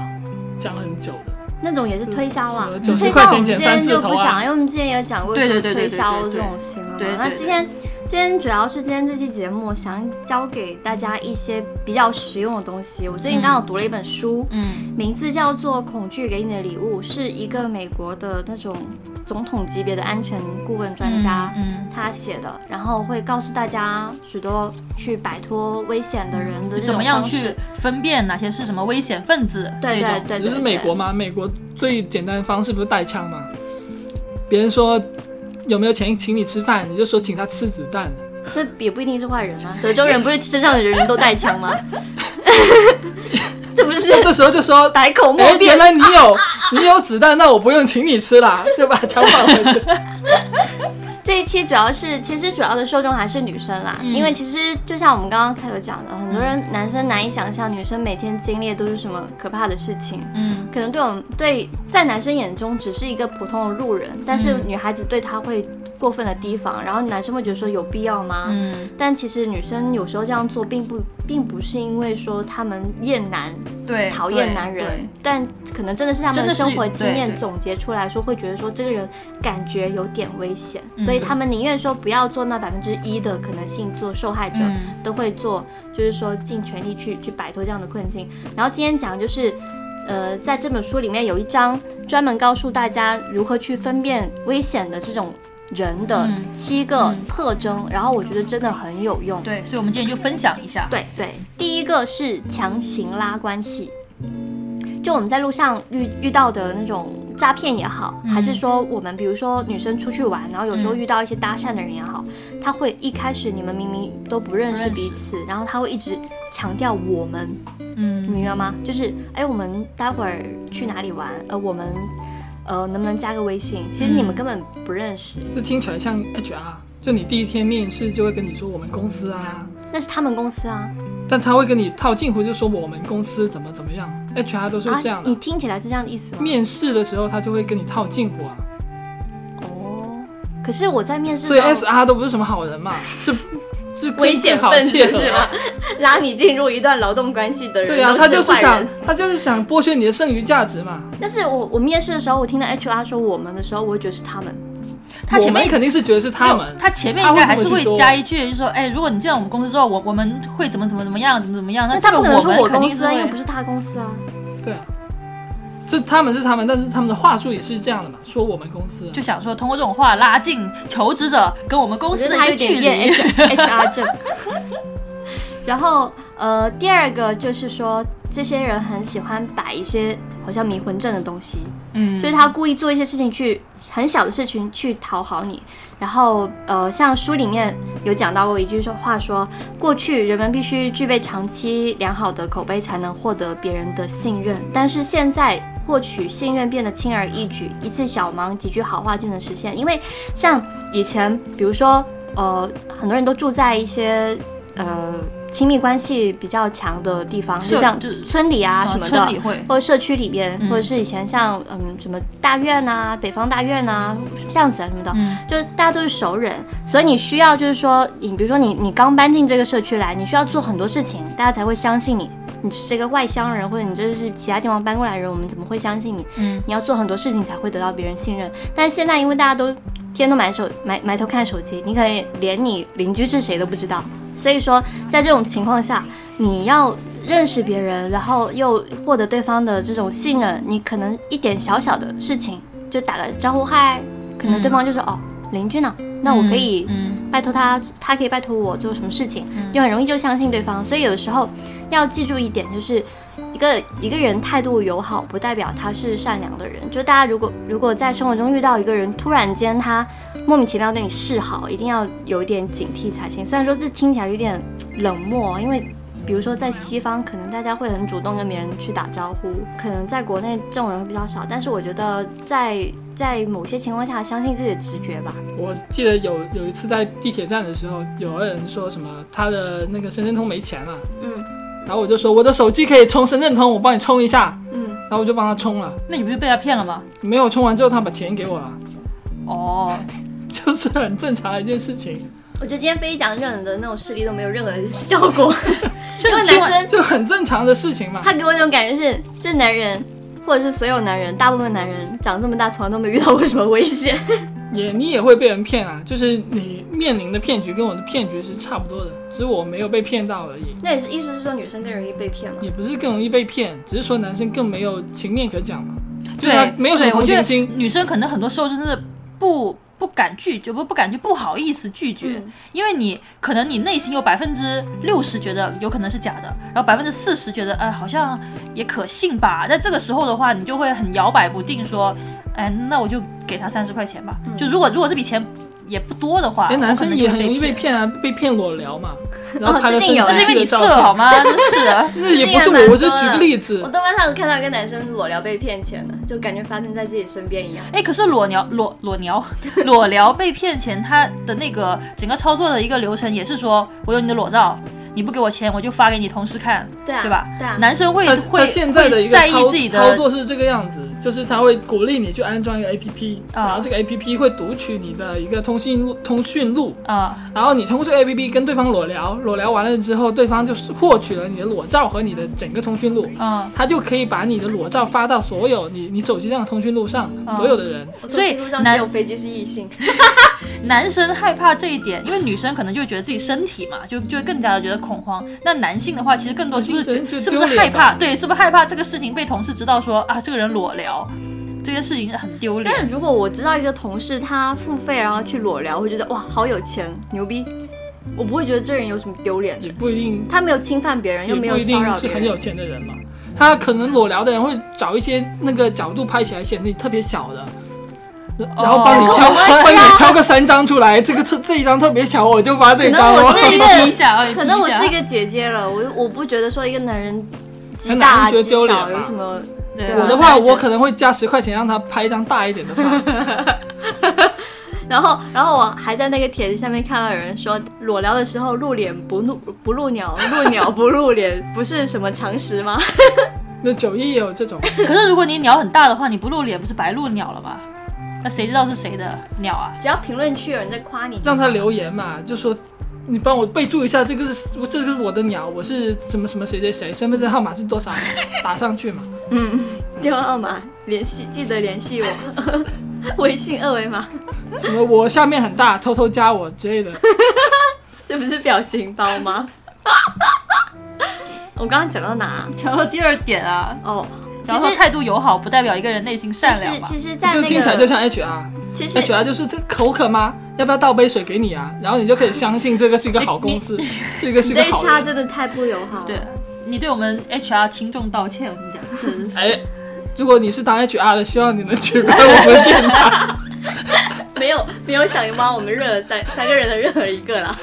Speaker 2: 讲很久的。
Speaker 3: 那种也是推销啦
Speaker 2: 是。
Speaker 3: 推销
Speaker 2: 90块
Speaker 3: 我
Speaker 2: 钱
Speaker 3: 们
Speaker 2: 减
Speaker 3: 今
Speaker 2: 三
Speaker 3: 天
Speaker 2: 次
Speaker 3: 就
Speaker 2: 头
Speaker 3: 不
Speaker 2: 啊
Speaker 3: 讲，因为我们之前也讲过
Speaker 1: 对对
Speaker 3: 说
Speaker 1: 对对
Speaker 3: 推销
Speaker 1: 对对
Speaker 3: 这
Speaker 1: 对
Speaker 3: 种行为嘛。
Speaker 1: 对对
Speaker 3: 那
Speaker 1: 对
Speaker 3: 今天今天主要是今天这期节目想教给大家一些比较实用的东西。我最近刚好读了一本书，
Speaker 1: 嗯
Speaker 3: 名字叫做《恐惧给你的礼物》，是一个美国的那种总统级别的安全顾问专家。
Speaker 1: 嗯，
Speaker 3: 他写的，然后会告诉大家许多去摆脱危险的人的这
Speaker 1: 怎
Speaker 3: 种
Speaker 1: 么样
Speaker 3: 方式
Speaker 1: 去分辨哪些是什么危险分子？
Speaker 3: 对
Speaker 1: 这
Speaker 3: 对
Speaker 1: 种
Speaker 3: 对，
Speaker 2: 就是
Speaker 3: 对
Speaker 2: 美国，嘛，美国最简单的方式不是带枪吗？别人说有没有钱请你吃饭，你就说请他吃子弹。
Speaker 3: 对那也不一定是坏人啊。德州人不是身上的人人都带枪吗？ 这不是
Speaker 2: 这时候就说，
Speaker 3: 百口
Speaker 2: 哎
Speaker 3: 莫，辩
Speaker 2: 原？来你有你有子弹，那我不用请你吃啦，就把枪放回去。
Speaker 3: 这一期主要是，其实主要的受众还是女生啦，
Speaker 2: 嗯
Speaker 3: 因为其实就像我们刚刚开头讲的，很多人男生难以想象女生每天经历的都是什么可怕的事情。
Speaker 1: 嗯
Speaker 3: 可能对我们对在男生眼中只是一个普通的路人，但
Speaker 2: 嗯
Speaker 3: 是女孩子对他会过分的提防，然后男生会觉得说有必要吗？
Speaker 1: 嗯，
Speaker 3: 但其实女生有时候这样做，并不并不是因为说他们厌男、
Speaker 1: 对，
Speaker 3: 讨厌
Speaker 1: 对
Speaker 3: 男人
Speaker 1: 对，
Speaker 3: 但可能真的是他们
Speaker 1: 真的
Speaker 3: 的
Speaker 1: 是
Speaker 3: 生活经
Speaker 1: 对
Speaker 3: 验
Speaker 1: 对
Speaker 3: 总结出来说，会觉得说这个人感觉有点危险，
Speaker 1: 嗯
Speaker 3: 所以他们宁愿说不要做那百分之一的可能性做受害者，
Speaker 1: 嗯
Speaker 3: 都会做，就是说尽全力去去摆脱这样的困境。然后今天讲就是，呃，在这本书里面有一章专门告诉大家如何去分辨危险的这种人的
Speaker 1: 嗯
Speaker 3: 七个
Speaker 1: 嗯
Speaker 3: 特征，然后我觉得真的很有用。
Speaker 1: 对，所以我们今天就分享一下。
Speaker 3: 对对，第一个是强行拉关系，就我们在路上遇遇到的那种诈骗也好，
Speaker 2: 嗯
Speaker 3: 还是说我们比如说女生出去玩，然后有时候
Speaker 1: 嗯
Speaker 3: 遇到一些搭讪的人也好，他会一开始你们明明都不认识
Speaker 1: 不认识
Speaker 3: 彼此，
Speaker 2: 嗯
Speaker 3: 然后他会一直强调我们，你
Speaker 1: 嗯
Speaker 3: 明白吗？就是哎，我们待会儿去哪里玩？呃，我们呃能不能加个微信？其实你们
Speaker 1: 嗯
Speaker 3: 根本不认识，
Speaker 2: 这听起来像 HR，就你第一天面试就会跟你说我们公司啊，
Speaker 3: 那是他们公司啊
Speaker 2: 但他会跟你套近乎，就说我们公司怎么怎么样，HR 都是这样
Speaker 3: 啊！
Speaker 2: 的。
Speaker 3: 你听起来是这样的意思吗？
Speaker 2: 面试的时候他就会跟你套近乎啊，
Speaker 3: 哦，可是我在面试
Speaker 2: 所以
Speaker 3: 的时候
Speaker 2: SR 都不是什么好人嘛，是是
Speaker 4: 危险
Speaker 2: 好
Speaker 4: 分子
Speaker 2: 切合
Speaker 4: 是吗？
Speaker 3: 拉你进入一段劳动关系的人
Speaker 2: 对呀、
Speaker 3: 啊都
Speaker 2: 他就是
Speaker 3: 坏
Speaker 2: 想
Speaker 3: 人。
Speaker 2: 他就是想剥削你的剩余价值嘛。
Speaker 3: 但是我我面试的时候，我听到 HR 说我们的时候，我会觉得是他们。
Speaker 1: 他前
Speaker 2: 我们
Speaker 1: 面
Speaker 2: 肯定是觉得是他
Speaker 1: 没有
Speaker 2: 们，
Speaker 1: 他前面
Speaker 2: 他
Speaker 1: 应
Speaker 2: 会
Speaker 1: 该还
Speaker 2: 这么
Speaker 1: 是
Speaker 2: 去
Speaker 1: 会
Speaker 2: 说
Speaker 1: 加一句，就说，哎，如果你进来我们公司之后，我我们会怎么怎么怎么样，怎么怎么样。
Speaker 3: 那
Speaker 1: 这
Speaker 3: 他
Speaker 1: 个
Speaker 3: 不可能说
Speaker 1: 们
Speaker 3: 我
Speaker 1: 肯
Speaker 3: 公
Speaker 1: 定是
Speaker 3: 司啊，因为
Speaker 1: 会
Speaker 3: 不是他公司啊。
Speaker 2: 对啊，就他们是他们，但是他们的话术也是这样的嘛，说我们公司啊、
Speaker 1: 就想说通过这种话拉近求职者跟我们公
Speaker 3: 我
Speaker 1: 司
Speaker 3: 觉得
Speaker 1: 的一
Speaker 3: 他
Speaker 1: 个
Speaker 3: 有
Speaker 1: 距
Speaker 3: 点
Speaker 1: 离
Speaker 3: 验。H HR 症。 然后呃，第二个就是说，这些人很喜欢摆一些好像迷魂阵的东西，
Speaker 1: 嗯
Speaker 3: 就是他故意做一些事情去很小的事情去讨好你。然后呃，像书里面有讲到过一句说话说，过去人们必须具备长期良好的口碑才能获得别人的信任，但是现在。获取信任变得轻而易举，一次小忙几句好话就能实现。因为像以前，比如说，呃，很多人都住在一些呃亲密关系比较强的地方，
Speaker 1: 社
Speaker 3: 就像
Speaker 1: 就是
Speaker 3: 村里啊
Speaker 1: 啊
Speaker 3: 什么的，
Speaker 1: 村里会。
Speaker 3: 或者社区里边，
Speaker 1: 嗯
Speaker 3: 或者是以前像嗯什么大院啊、北方大院啊、巷子啊什么的，
Speaker 1: 嗯
Speaker 3: 就是大家都是熟人，所以你需要就是说，你比如说你你刚搬进这个社区来，你需要做很多事情，大家才会相信你。你是这个外乡人，或者你这是其他地方搬过来的人，我们怎么会相信你？
Speaker 1: 嗯，
Speaker 3: 你要做很多事情才会得到别人信任。但是现在因为大家都天天都埋手埋埋头看手机，你可能连你邻居是谁都不知道。所以说，在这种情况下，你要认识别人，然后又获得对方的这种信任，你可能一点小小的事情，就打个招呼嗨，可能对方就说、哦邻居呢，那我可以
Speaker 1: 嗯
Speaker 3: 拜托他，他可以拜托我做什么事情，就很容易就相信对方。所以有的时候要记住一点，就是一个一个人态度友好，不代表他是善良的人。就大家如果如果在生活中遇到一个人，突然间他莫名其妙对你示好，一定要有一点警惕才行。虽然说这听起来有点冷漠，因为。比如说，在西方，可能大家会很主动跟别人去打招呼，可能在国内这种人会比较少。但是我觉得在在某些情况下，相信自己的直觉吧。
Speaker 2: 我记得有有一次在地铁站的时候，有个人说什么他的那个深圳通没钱了，
Speaker 3: 嗯
Speaker 2: 然后我就说我的手机可以充深圳通，我帮你充一下，
Speaker 3: 嗯，
Speaker 2: 然后我就帮他充了，
Speaker 1: 那你不是被他骗了吗？
Speaker 2: 没有充完之后他把钱给我了，
Speaker 1: 哦，
Speaker 2: 就是很正常的一件事情，
Speaker 3: 我觉得今天飞机讲任何的那种事例都没有任何的效果。
Speaker 1: 这
Speaker 3: 因
Speaker 1: 个
Speaker 3: 为男
Speaker 1: 听完
Speaker 3: 生
Speaker 2: 就很正常的事情嘛。
Speaker 3: 他给我一种感觉是，这男人或者是所有男人，大部分男人长这么大从来都没遇到过什么危险。
Speaker 2: 也你也会被人骗啊，就是你面临的骗局跟我的骗局是差不多的，只是我没有被骗到而已。
Speaker 3: 那也是意思是说女生更容易被骗嘛？
Speaker 2: 也不是更容易被骗，只是说男生更没有情面可讲嘛，就是他
Speaker 1: 对，
Speaker 2: 没有什么
Speaker 1: 对我
Speaker 2: 同
Speaker 1: 觉
Speaker 2: 情
Speaker 1: 得
Speaker 2: 心。
Speaker 1: 女生可能很多时候真的是不不敢拒绝，不不敢拒，不好意思拒绝，
Speaker 3: 嗯
Speaker 1: 因为你可能你内心有百分之六十觉得有可能是假的，然后百分之四十觉得呃好像也可信吧。在这个时候的话，你就会很摇摆不定，说，哎，那我就给他三十块钱吧。就如果如果这笔钱也不多的话，
Speaker 2: 嗯哎，男生也很容易被
Speaker 1: 被。哦
Speaker 2: 骗啊，被骗裸 聊嘛，然后拍了
Speaker 3: 最近
Speaker 2: 生
Speaker 3: 有
Speaker 1: 这啊是哦
Speaker 2: 殖
Speaker 1: 因为你
Speaker 2: 器的照
Speaker 1: 色
Speaker 2: 片。
Speaker 1: 好吗？真是 的，
Speaker 2: 那也不是我，我就举个例子
Speaker 3: 我，豆瓣上有看到一个男生裸聊被骗钱的，就感觉发生在自己身边一样。
Speaker 1: 哎，可是裸聊裸裸聊裸聊被骗钱，他的那个整个操作的一个流程也是说，我有你的裸照，你不给我钱，我就发给你同事看，
Speaker 3: 对啊，
Speaker 1: 对吧？
Speaker 3: 对啊，
Speaker 1: 男生会
Speaker 2: 他
Speaker 1: 会
Speaker 2: 他现在的一
Speaker 1: 会
Speaker 2: 个
Speaker 1: 在意
Speaker 2: 操
Speaker 1: 自己
Speaker 2: 操
Speaker 1: 的
Speaker 2: 作是这个样子，就是他会鼓励你去安装一个 APP，
Speaker 1: 啊
Speaker 2: 然后这个 APP 会读取你的一个通信录通讯录，
Speaker 1: 啊、
Speaker 2: 然后你通过这个 APP 跟对方裸聊，裸聊完了之后，对方就是获取了你的裸照和你的整个通讯录，
Speaker 1: 嗯，
Speaker 2: 他就可以把你的裸照发到所有你你手机上的通讯录上
Speaker 3: 嗯
Speaker 1: 啊
Speaker 2: 所有的人。
Speaker 3: 我
Speaker 1: 所以
Speaker 3: 通讯录上只
Speaker 1: 男
Speaker 3: 有飞机是异性。
Speaker 1: 男生害怕这一点，因为女生可能就觉得自己身体嘛，就就会更加的觉得恐慌。那男性的话，其实更多是不是
Speaker 2: 男性可能觉
Speaker 1: 觉
Speaker 2: 得
Speaker 1: 是不是
Speaker 2: 丢脸
Speaker 1: 害
Speaker 2: 吧
Speaker 1: 怕？对，是不是害怕这个事情被同事知道说啊，这个人裸聊，这件事情很丢脸
Speaker 3: 但。是如果我知道一个同事他付费然后去裸聊，我会觉得哇好有钱牛逼，我不会觉得这人有什么丢脸的。
Speaker 2: 也不一定，
Speaker 3: 他没有侵犯别人，
Speaker 2: 也
Speaker 3: 又没有
Speaker 2: 不一
Speaker 3: 骚
Speaker 2: 定
Speaker 3: 扰
Speaker 2: 是
Speaker 3: 别
Speaker 2: 很有
Speaker 3: 人。
Speaker 2: 钱的人嘛。他可能裸聊的人会找一些那个角度拍起来显得你特别小的，
Speaker 3: 哦
Speaker 2: 然后帮你挑，帮你挑个三张出来，这个这这一张特别小，我就发这
Speaker 3: 可能
Speaker 2: 张
Speaker 3: 我
Speaker 2: 哦。
Speaker 3: 是 一个
Speaker 1: 踢一下，哦
Speaker 3: 可能我是一
Speaker 1: 个
Speaker 3: 个姐姐了，我我不觉得说一个男人
Speaker 2: 可
Speaker 3: 鸡
Speaker 2: 能
Speaker 3: 大
Speaker 2: 男人觉得
Speaker 3: 鸡
Speaker 2: 丢脸
Speaker 3: 小
Speaker 2: 吧
Speaker 3: 有什么。
Speaker 1: 对
Speaker 3: 我
Speaker 2: 我
Speaker 3: 嗯
Speaker 1: 啊
Speaker 2: 的话，
Speaker 3: 那就
Speaker 2: 我可能会加十块钱让他拍一张大一点的发，
Speaker 3: 然后，然后我还在那个帖子下面看到有人说，裸聊的时候露脸不露不露鸟，露鸟不露脸，不是什么常识 吗？
Speaker 2: 那九一也有这种，
Speaker 1: 可是如果你鸟很大的话，你不露脸不是白露鸟了吗？那谁知道是谁的鸟 啊？
Speaker 3: 只要评论区有人在夸你，
Speaker 2: 让他留言嘛，就说你帮我备注一下，这个是这个是我的鸟，我是什么什么谁谁谁，身份证号码是多少， 打上去嘛。
Speaker 3: 嗯，电话号码联系，记得联系我， 微信二维码，
Speaker 2: 什么我下面很大，偷偷加我 之类的。
Speaker 3: 这不是表情包吗？ 我刚刚讲到哪？啊
Speaker 1: 讲到第二点啊，
Speaker 3: 哦，
Speaker 1: 然
Speaker 3: 其
Speaker 1: 后
Speaker 3: 实
Speaker 1: 态度友好不代表一个人内心
Speaker 3: 其
Speaker 1: 善良
Speaker 3: 实
Speaker 1: 吧？
Speaker 3: 其实，在
Speaker 2: 就
Speaker 3: 那
Speaker 2: 听起来就
Speaker 3: 个
Speaker 2: 像 HR。
Speaker 3: 其实
Speaker 2: HR 就是这口渴 吗？要不要倒杯水给你啊？然后你就可以相信这个是一个好公司，这个是
Speaker 3: 你
Speaker 2: 一个
Speaker 3: 对
Speaker 2: 好
Speaker 3: HR
Speaker 2: 人。
Speaker 3: 真的太不友好了。
Speaker 1: 对，你对我们 HR 听众道歉，我跟你讲，真是。
Speaker 2: 哎，如果你是当 HR 的，希望你能取关 我们电台。
Speaker 3: 没有没有小姨妈，我们认了三 三个人的任何一个啦。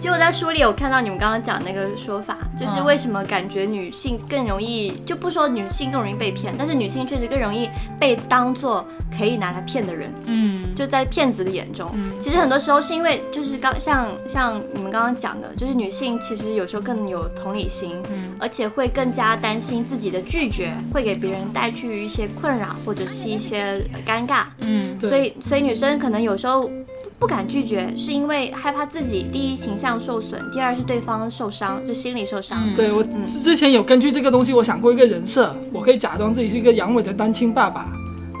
Speaker 3: 结果在书里有看到你们刚刚讲那个说法，就是
Speaker 1: 嗯
Speaker 3: 为什么感觉女性更容易，就不说女性更容易被骗，但是女性确实更容易被当做可以拿来骗的人，
Speaker 1: 嗯，
Speaker 3: 就在骗子的眼中。
Speaker 1: 嗯
Speaker 3: 其实很多时候是因为就是刚像像你们刚刚讲的，就是女性其实有时候更有同理心，
Speaker 1: 嗯
Speaker 3: 而且会更加担心自己的拒绝会给别人带去一些困扰或者是一些呃尴尬。
Speaker 1: 嗯
Speaker 2: 对
Speaker 3: 所以所以女生可能有时候不不敢拒绝，是因为害怕自己第一形象受损，第二是对方受伤，就心理受伤。
Speaker 1: 嗯
Speaker 2: 对我之前有根据这个东西，我想过一个人设，我可以假装自己是一个阳痿的单亲爸爸，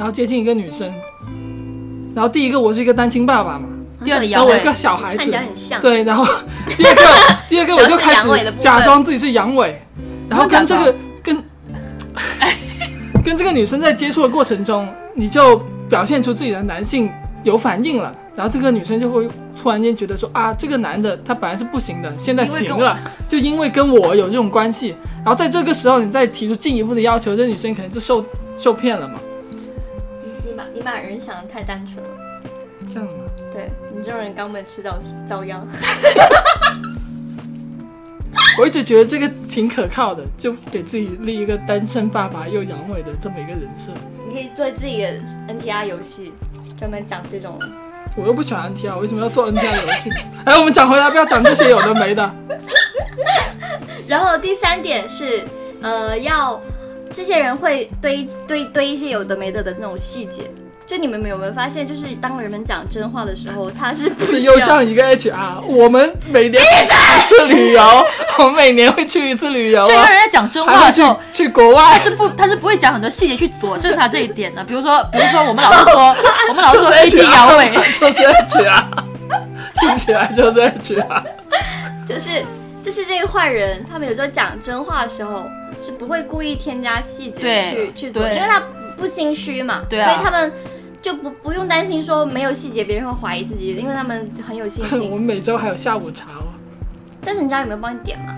Speaker 2: 然后接近一个女生。然后第一个我是一个单亲爸爸嘛，
Speaker 1: 第二个
Speaker 2: 然
Speaker 1: 阳
Speaker 2: 后我有一
Speaker 1: 痿
Speaker 2: 个小孩
Speaker 3: 看起
Speaker 2: 子
Speaker 3: 来，很像，
Speaker 2: 对，然后 第二个第二个我就开
Speaker 3: 主要是阳痿的
Speaker 2: 始
Speaker 3: 部分嗯
Speaker 2: 假装自己是阳痿，然后跟这
Speaker 1: 不
Speaker 2: 个跟 跟这个女生在接触的过程中，你就表现出自己的男性有反应了，然后这个女生就会突然间觉得说啊，这个男的他本来是不行的，现在
Speaker 1: 因为
Speaker 2: 行
Speaker 1: 跟
Speaker 2: 了，就因为跟我有这种关系，然后在这个时候你再提出进一步的要求，这女生可能就受受骗了嘛，
Speaker 3: 你把你把人想的太单纯了。
Speaker 2: 这样嘛。
Speaker 3: 对你这种人，根本迟早遭殃。
Speaker 2: 我一直觉得这个挺可靠的，就给自己立一个单身爸爸又阳痿的这么一个人设。
Speaker 3: 你可以做自己的 NTR 游戏，专门讲这种。
Speaker 2: 我又不喜欢 NTR，我为什么要做 NTR 游戏？ 哎，我们讲回来，不要讲这些有的没的。
Speaker 3: 然后第三点是，呃，要这些人会堆堆堆一些有的没的的那种细节。就你们有没有发现，就是当人们讲真话的时候，他是不
Speaker 2: 这
Speaker 3: 需
Speaker 2: 又
Speaker 3: 要
Speaker 2: 像一个 HR，我们每年会去一次旅游， 我们每年会去一次旅游
Speaker 1: 这个
Speaker 2: 啊，
Speaker 1: 人在讲真话哦
Speaker 2: 还
Speaker 1: 的时候
Speaker 2: 会，去去国外
Speaker 1: 他。是不，他是不会讲很多细节去佐证他这一点的。比如说，比如说我们老是说，我们老是说 A T 阳痿，
Speaker 2: 就是 HR，听起来就是 HR。
Speaker 3: 就是就是这个坏人，他们有时候讲真话的时候是不会故意添加细节
Speaker 1: 对
Speaker 3: 去去做，
Speaker 1: 对
Speaker 3: 因为他不心虚嘛，
Speaker 1: 对
Speaker 3: 所
Speaker 1: 啊
Speaker 3: 以他们就不不用担心说没有细节别人会怀疑自己，因为他们很有信
Speaker 2: 我
Speaker 3: 心。
Speaker 2: 们每周还有下午茶哦。
Speaker 3: 但是人家有没有帮你点嘛？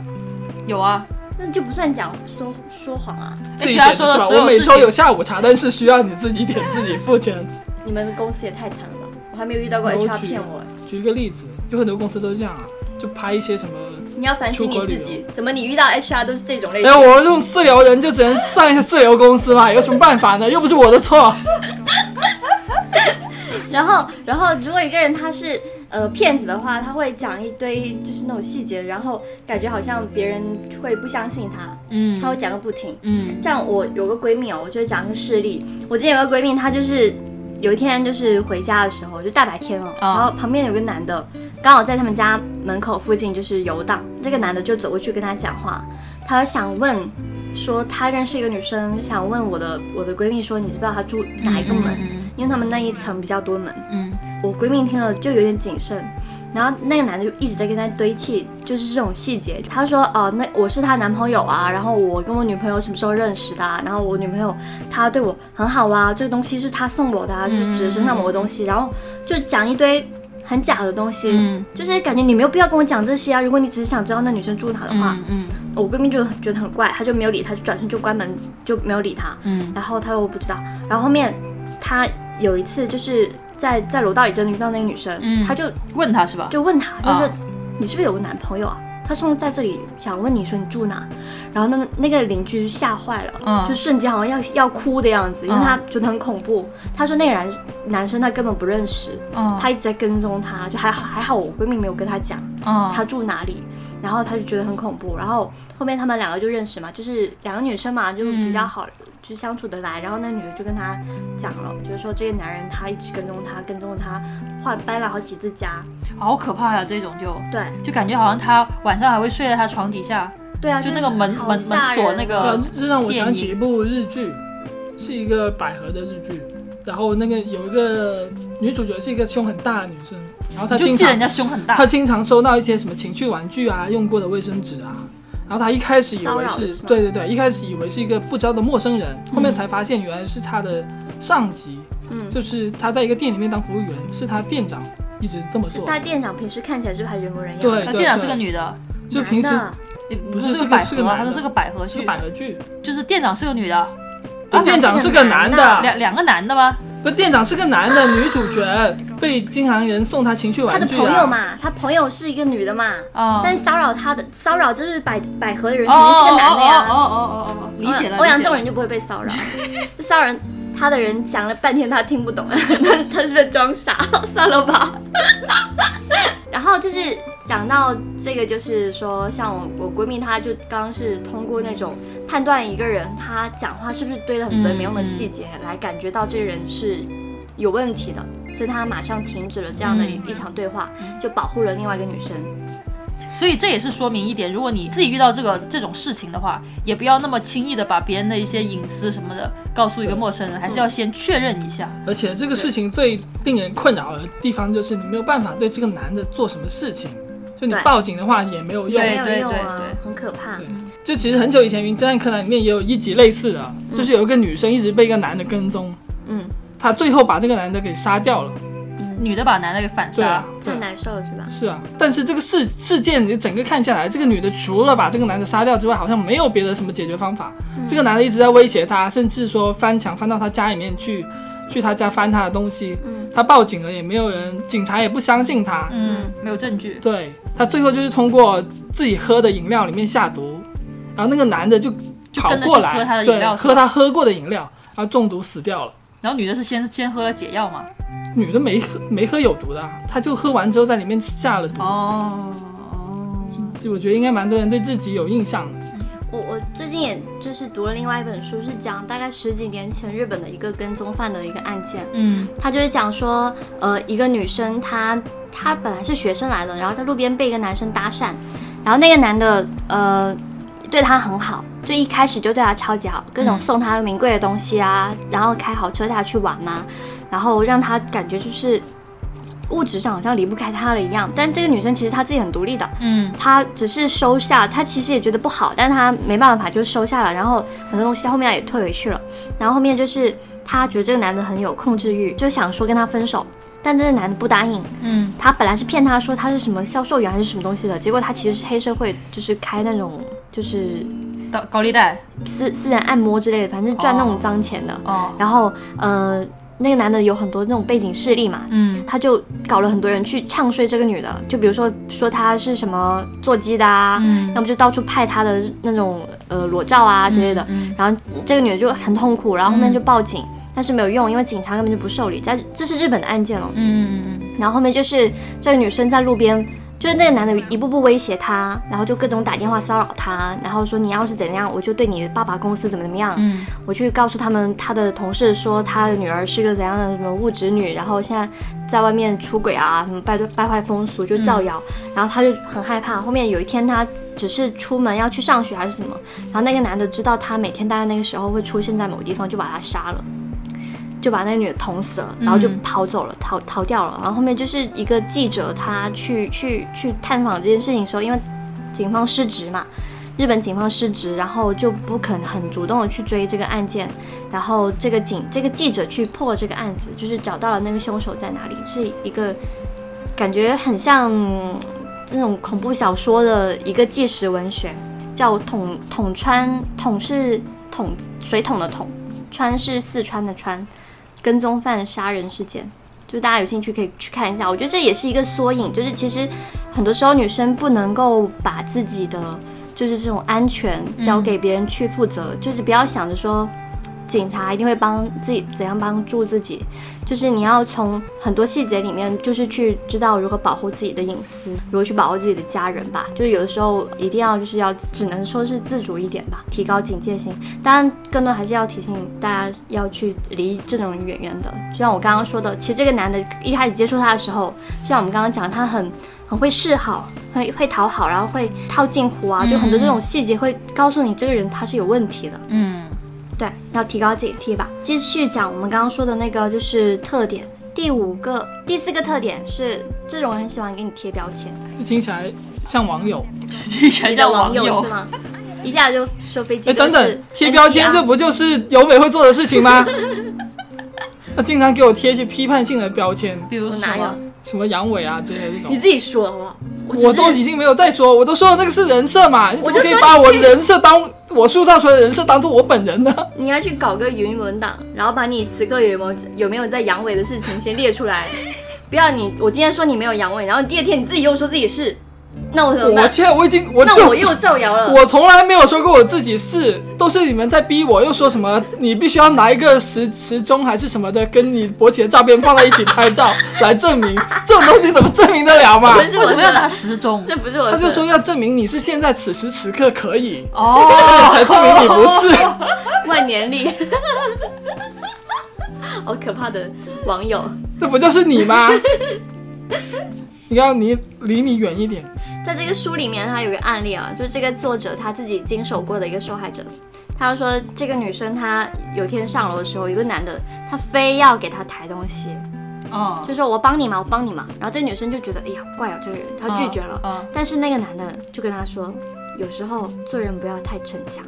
Speaker 1: 有啊
Speaker 3: 那就不算讲说说谎啊。
Speaker 2: 自己
Speaker 1: HR
Speaker 2: 点
Speaker 1: 说
Speaker 2: 是
Speaker 1: 的
Speaker 2: 吧？
Speaker 1: 所有
Speaker 2: 我每
Speaker 1: 事
Speaker 2: 周
Speaker 1: 情
Speaker 2: 有下午茶，但是需要你自己点，自己付钱。
Speaker 3: 你们公司也太惨了吧！我还没有遇到过
Speaker 2: 没有
Speaker 3: HR
Speaker 2: 举
Speaker 3: 骗我。
Speaker 2: 举一个例子，有很多公司都是这样啊，就拍一些什么。
Speaker 3: 你要反省你自
Speaker 2: 出国旅
Speaker 3: 己，怎么你遇到 HR 都是这种类
Speaker 2: 哎、
Speaker 3: 型？
Speaker 2: 我这种四流人就只能上一些四流公司嘛，有什么办法呢？又不是我的错。
Speaker 3: 然后，然后如果一个人他是呃骗子的话，他会讲一堆就是那种细节，然后感觉好像别人会不相信他，
Speaker 1: 嗯
Speaker 3: 他会讲个不停。
Speaker 1: 嗯
Speaker 3: 像我有个闺蜜哦，我就讲个事例。我之前有个闺蜜，她就是有一天就是回家的时候，就大白天哦，
Speaker 1: 啊
Speaker 3: 然后旁边有个男的刚好在他们家门口附近就是游荡，这个男的就走过去跟她讲话，他想问说他认识一个女生，想问我的我的闺蜜说你知不知道她住哪一个门？
Speaker 1: 嗯
Speaker 3: 因为他们那一层比较多门，
Speaker 1: 嗯
Speaker 3: 我闺蜜听了就有点谨慎，然后那个男的就一直在跟她堆砌，就是这种细节。他说，哦、那我是她男朋友啊，然后我跟我女朋友什么时候认识的、啊，然后我女朋友她对我很好啊，这个东西是她送我的、啊，
Speaker 1: 嗯
Speaker 3: 就是指着身上某个东西，然后就讲一堆很假的东西，
Speaker 1: 嗯
Speaker 3: 就是感觉你没有必要跟我讲这些啊。如果你只是想知道那女生住哪的话，
Speaker 1: 嗯嗯
Speaker 3: 我闺蜜就觉得很怪，她就没有理他，就转身就关门，就没有理他。
Speaker 1: 嗯
Speaker 3: 然后他说我不知道，然后后面他有一次就是在在楼道里真的遇到那个女生，
Speaker 1: 嗯
Speaker 3: 他就
Speaker 1: 问他是吧？
Speaker 3: 就问她，就说、
Speaker 1: 啊
Speaker 3: 你是不是有个男朋友啊？他上次在这里想问你说你住哪，然后那那个邻居吓坏了，
Speaker 1: 嗯
Speaker 3: 就瞬间好像要要哭的样子，因为
Speaker 1: 嗯
Speaker 3: 他觉得很恐怖。他说那个男男生他根本不认识，
Speaker 1: 嗯
Speaker 3: 他一直在跟踪他，就还好还好我闺蜜没有跟他讲
Speaker 1: 嗯
Speaker 3: 他住哪里，然后他就觉得很恐怖。然后后面他们两个就认识嘛，就是两个女生嘛，就
Speaker 1: 嗯
Speaker 3: 比较好，就相处得来。然后那女的就跟他讲了，就是说这个男人他一直跟踪他，跟踪他，换搬了好几次家。
Speaker 1: 好可怕呀、这种就
Speaker 3: 对
Speaker 1: 就感觉好像他晚上还会睡在他床底下，
Speaker 3: 对啊，
Speaker 1: 就是那个门
Speaker 3: 好
Speaker 1: 门
Speaker 3: 吓
Speaker 1: 门锁
Speaker 3: 人
Speaker 1: 那个
Speaker 3: 哦
Speaker 2: 呃，这让我
Speaker 1: 电
Speaker 2: 想起
Speaker 1: 影
Speaker 2: 一部日剧，是一个百合的日剧，然后那个有一个女主角是一个胸很大的女生，然后她
Speaker 1: 你就
Speaker 2: 经
Speaker 1: 记得人
Speaker 2: 常
Speaker 1: 家胸很大
Speaker 2: 她。经常收到一些什么情趣玩具啊、用过的卫生纸啊，然后她一开始以
Speaker 3: 骚
Speaker 2: 为
Speaker 3: 扰的嗯
Speaker 2: 是
Speaker 3: 是吗
Speaker 2: 对对对，一开始以为是一个不知道的陌生人，后面才发现原来是她的上级，
Speaker 3: 嗯，
Speaker 2: 就是她在一个店里面当服务员，是她店长一直这么
Speaker 3: 是
Speaker 2: 做，
Speaker 3: 大店长平时看起来是不是还人模人样？
Speaker 2: 对
Speaker 1: 呃店长是个女的，
Speaker 2: 就平时
Speaker 3: 男的
Speaker 1: 也
Speaker 2: 不是
Speaker 1: 是
Speaker 2: 是
Speaker 1: 个
Speaker 2: 个
Speaker 1: 百
Speaker 2: 是个
Speaker 1: 合啊，他
Speaker 2: 男的
Speaker 1: 说是个百合
Speaker 2: 是
Speaker 1: 剧，
Speaker 2: 个百合剧，
Speaker 1: 就是店长是个女的，
Speaker 2: 对店长是个男的，
Speaker 1: 两两个男的吗？
Speaker 2: 不，店长是个男的，女主角被经常人送她情趣
Speaker 3: 他
Speaker 2: 玩
Speaker 3: 的
Speaker 2: 具、啊、
Speaker 3: 朋友嘛，他朋友是一个女的嘛，
Speaker 1: 啊、
Speaker 3: 但骚扰他的骚扰就是百百合的人
Speaker 1: 哦
Speaker 3: 肯定是
Speaker 1: 哦
Speaker 3: 个男的呀。
Speaker 1: 哦哦哦哦哦，理解了。
Speaker 3: 欧阳
Speaker 1: 理解
Speaker 3: 嗯这种
Speaker 1: 了
Speaker 3: 人就不会被 骚扰，骚扰他的人讲了半天他听不 懂，他他是不是装傻？ 算了吧。然后就是讲到这个，就是说像我我闺蜜，她就刚刚是通过那种判断一个人他讲话是不是堆了很多
Speaker 1: 嗯
Speaker 3: 没用的细节，来感觉到这个人是有问题的。所以她马上停止了这样的一
Speaker 1: 嗯
Speaker 3: 一场对话，就保护了另外一个女生。
Speaker 1: 所以这也是说明一点，如果你自己遇到这个这种事情的话，也不要那么轻易的把别人的一些隐私什么的告诉一个陌生人，还是要先确认一下。
Speaker 2: 而且这个事情最令人困扰的地方就是你没有办法对这个男的做什么事情，就你
Speaker 3: 对
Speaker 2: 报警的话也没有用。
Speaker 1: 对
Speaker 3: 没有用啊
Speaker 1: 对对，
Speaker 3: 很可怕。
Speaker 2: 对就其实很久以前《名侦探柯南》里面也有一集类似的，就是有一个女生一直被一个男的跟踪，
Speaker 3: 嗯，
Speaker 2: 她最后把这个男的给杀掉了。
Speaker 1: 女的把男的给反
Speaker 2: 对
Speaker 1: 杀
Speaker 2: 啊，，
Speaker 3: 太
Speaker 2: 对啊
Speaker 3: 难受了是吧？
Speaker 2: 是啊。但是这个事事件你整个看下来，这个女的除了把这个男的杀掉之外，好像没有别的什么解决方法。
Speaker 1: 嗯
Speaker 2: 这个男的一直在威胁她，甚至说翻墙翻到她家里面去，去她家翻她的东西。
Speaker 3: 嗯
Speaker 2: 她报警了也没有人，警察也不相信她。
Speaker 1: 嗯，没有证据，
Speaker 2: 对她最后就是通过自己喝的饮料里面下毒，然后那个男的就跑
Speaker 1: 跟着
Speaker 2: 过
Speaker 1: 去
Speaker 2: 来，
Speaker 1: 喝她的饮
Speaker 2: 对，
Speaker 1: 料是
Speaker 2: 喝她喝过的饮料，然后中毒死掉了。
Speaker 1: 然后女的是先先喝了解药嘛，
Speaker 2: 女的没喝没喝有毒的啊，她就喝完之后在里面下了毒。
Speaker 1: 哦，
Speaker 2: 就我觉得应该蛮多人对自己有印象的。
Speaker 3: 我我最近也就是读了另外一本书，是讲大概十几年前日本的一个跟踪犯的一个案件。
Speaker 1: 嗯
Speaker 3: 他就是讲说，呃，一个女生她她本来是学生来的，然后在路边被一个男生搭讪，然后那个男的呃对她很好，就一开始就对她超级好，各种
Speaker 1: 嗯
Speaker 3: 送她名贵的东西啊，然后开好车带她去玩呐、然后让她感觉就是物质上好像离不开他了一样。但这个女生其实她自己很独立的，
Speaker 1: 嗯
Speaker 3: 他只是收下，他其实也觉得不好，但是他没办法，就收下了。然后很多东西他后面也退回去了。然后后面就是他觉得这个男的很有控制欲，就想说跟他分手，但这个男的不答应。
Speaker 1: 嗯，
Speaker 3: 他本来是骗他说他是什么销售员还是什么东西的，结果他其实是黑社会，就是开那种就是
Speaker 1: 高高利贷，
Speaker 3: 私私人按摩之类的，反正赚那种脏钱的。
Speaker 1: 哦，
Speaker 3: 然后呃，那个男的有很多那种背景势力嘛，
Speaker 1: 嗯
Speaker 3: 他就搞了很多人去唱衰这个女的，就比如说说她是什么做鸡的啊，
Speaker 1: 嗯
Speaker 3: 要么就到处派她的那种呃裸照啊之类的。
Speaker 1: 嗯
Speaker 3: 然后这个女的就很痛苦，然后后面就报警，但是没有用，因为警察根本就不受理。在这是日本的案件哦。
Speaker 1: 嗯嗯
Speaker 3: 然后后面就是这个女生在路边，就是那个男的一步步威胁她，然后就各种打电话骚扰她，然后说你要是怎样，我就对你的爸爸公司怎么怎么样。
Speaker 1: 嗯
Speaker 3: 我去告诉他们，他的同事说他的女儿是个怎样的什么物质女，然后现在在外面出轨啊，什么败败坏风俗就造谣，然后他就很害怕。后面有一天他只是出门要去上学还是什么，然后那个男的知道他每天大概那个时候会出现在某个地方，就把他杀了。就把那个女的捅死了，然后就
Speaker 1: 嗯
Speaker 3: 跑走了，逃逃掉了。然后后面就是一个记者，他去去去探访这件事情的时候，因为警方失职嘛，日本警方失职，然后就不肯很主动的去追这个案件，然后这个警这个记者去破了这个案子，就是找到了那个凶手在哪里，是一个感觉很像嗯这种恐怖小说的一个纪实文学，叫统统川统是统水桶的统，川是四川的川，跟踪犯杀人事件，就是大家有兴趣可以去看一下。我觉得这也是一个缩影，就是其实很多时候女生不能够把自己的就是这种安全交给别人去负责，就是不要想着说警察一定会帮自己怎样帮助自己，就是你要从很多细节里面，就是去知道如何保护自己的隐私，如何去保护自己的家人吧。就是有的时候一定要就是要只能说是自主一点吧，提高警戒心。当然，更多还是要提醒大家要去离这种人远远的。就像我刚刚说的，其实这个男的一开始接触他的时候，就像我们刚刚讲，他很很会示好，很会讨好，然后会套近乎
Speaker 2: 嗯
Speaker 3: 啊，就很多这种细节会告诉你这个人他是有问题的。
Speaker 1: 嗯，
Speaker 3: 对，要提高警惕吧。继续讲我们刚刚说的那个就是特点，第五个、第四个特点是这种人很喜欢给你贴标签，
Speaker 2: 这听起来像网友。
Speaker 1: 听起来
Speaker 3: 你的
Speaker 1: 像
Speaker 3: 网
Speaker 1: 网友
Speaker 3: 是吗？一下就说飞机
Speaker 2: 哎，
Speaker 3: 哥
Speaker 2: 等
Speaker 3: 是 NTR。
Speaker 2: 等，贴标签这不就是尤美会做的事情吗？ 他经常给我贴一些批判性的标签，
Speaker 1: 比如
Speaker 3: 我
Speaker 1: 说
Speaker 3: 哪
Speaker 1: 什
Speaker 3: 有
Speaker 1: 么？？
Speaker 2: 什么阳痿啊之类的这
Speaker 3: 你
Speaker 2: 种。
Speaker 3: 自己说好不好？
Speaker 2: 我
Speaker 3: 只
Speaker 2: 都已
Speaker 3: 是
Speaker 2: 经没有再说，我都说了那个是人设嘛，你怎么
Speaker 3: 就
Speaker 2: 可以
Speaker 3: 说
Speaker 2: 把
Speaker 3: 你
Speaker 2: 我
Speaker 3: 去
Speaker 2: 人设当我塑造出来的人设当做我本人呢？
Speaker 3: 你要去搞个云文档，然后把你此刻有没有有没有在阳痿的事情先列出来，不要你我今天说你没有阳痿，然后第二天你自己又说自己是，那我怎么
Speaker 2: 我
Speaker 3: 办？
Speaker 2: 现在我已经我
Speaker 3: 那
Speaker 2: 就
Speaker 3: 我
Speaker 2: 是
Speaker 3: 又造谣了。
Speaker 2: 我从来没有说过我自己是，都是你们在逼我，又说什么你必须要拿一个时时钟还是什么的，跟你勃起的照片放在一起拍照来证明，这种东西怎么证明得了嘛
Speaker 3: 不？是
Speaker 1: 为什么要
Speaker 3: 我的
Speaker 1: 拿时钟？
Speaker 3: 这不是我的
Speaker 2: 他
Speaker 3: 错，
Speaker 2: 就说要证明你是现在此时此刻可以，
Speaker 1: 哦，
Speaker 2: 才证明你不是。
Speaker 3: 万年历， 好可怕的网友。
Speaker 2: 这不就是你吗？你要你离你远一点。
Speaker 3: 在这个书里面，他有个案例啊，就是这个作者他自己经手过的一个受害者。他说，这个女生她有天上楼的时候，有个男的他非要给她抬东西，
Speaker 1: 嗯，
Speaker 3: 就说我帮你嘛，我帮你嘛。然后这女生就觉得，哎呀，怪哦，这个人，她拒绝了。
Speaker 1: 嗯，
Speaker 3: 但是那个男的就跟她说，有时候做人不要太逞强。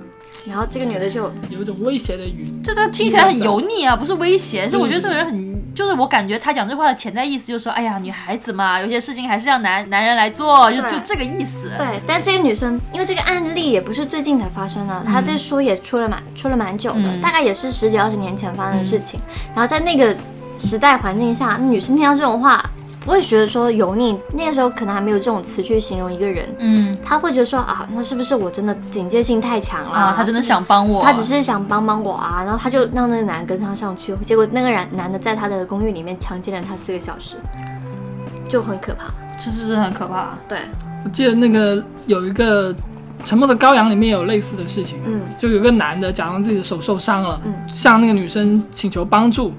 Speaker 3: 然后这个女的就
Speaker 2: 有一种威胁的语，
Speaker 1: 这这听起来很油腻啊，不是威
Speaker 3: 嗯
Speaker 1: 胁，是我觉得这个人很，就是我感觉他讲这话的潜在意思就是说，哎呀，女孩子嘛，有些事情还是让男男人来做，就
Speaker 3: 对
Speaker 1: 就这个意思。
Speaker 3: 对，但这个女生，因为这个案例也不是最近才发生的，她这书也出了蛮出了蛮久的，
Speaker 1: 嗯
Speaker 3: 大概也是十几二十年前发生的事情。然后在那个时代环境下，女生听到这种话，不会觉得说油腻，那个时候可能还没有这种词去形容一个人，
Speaker 1: 嗯
Speaker 3: 她会觉得说啊，那是不是我真的警戒性太强了？
Speaker 1: 啊，他真的
Speaker 3: 是不是
Speaker 1: 想帮我，
Speaker 3: 他只是想帮帮我啊，然后他就让那个男的跟他上去，结果那个男男的在他的公寓里面强奸了他四个小时，就很可怕。
Speaker 1: 这是很可怕。
Speaker 3: 对，
Speaker 2: 我记得那个有一个《沉默的羔羊》里面有类似的事情，
Speaker 3: 嗯，
Speaker 2: 就有个男的假装自己的手受伤了，
Speaker 3: 嗯
Speaker 2: 向那个女生请求帮助，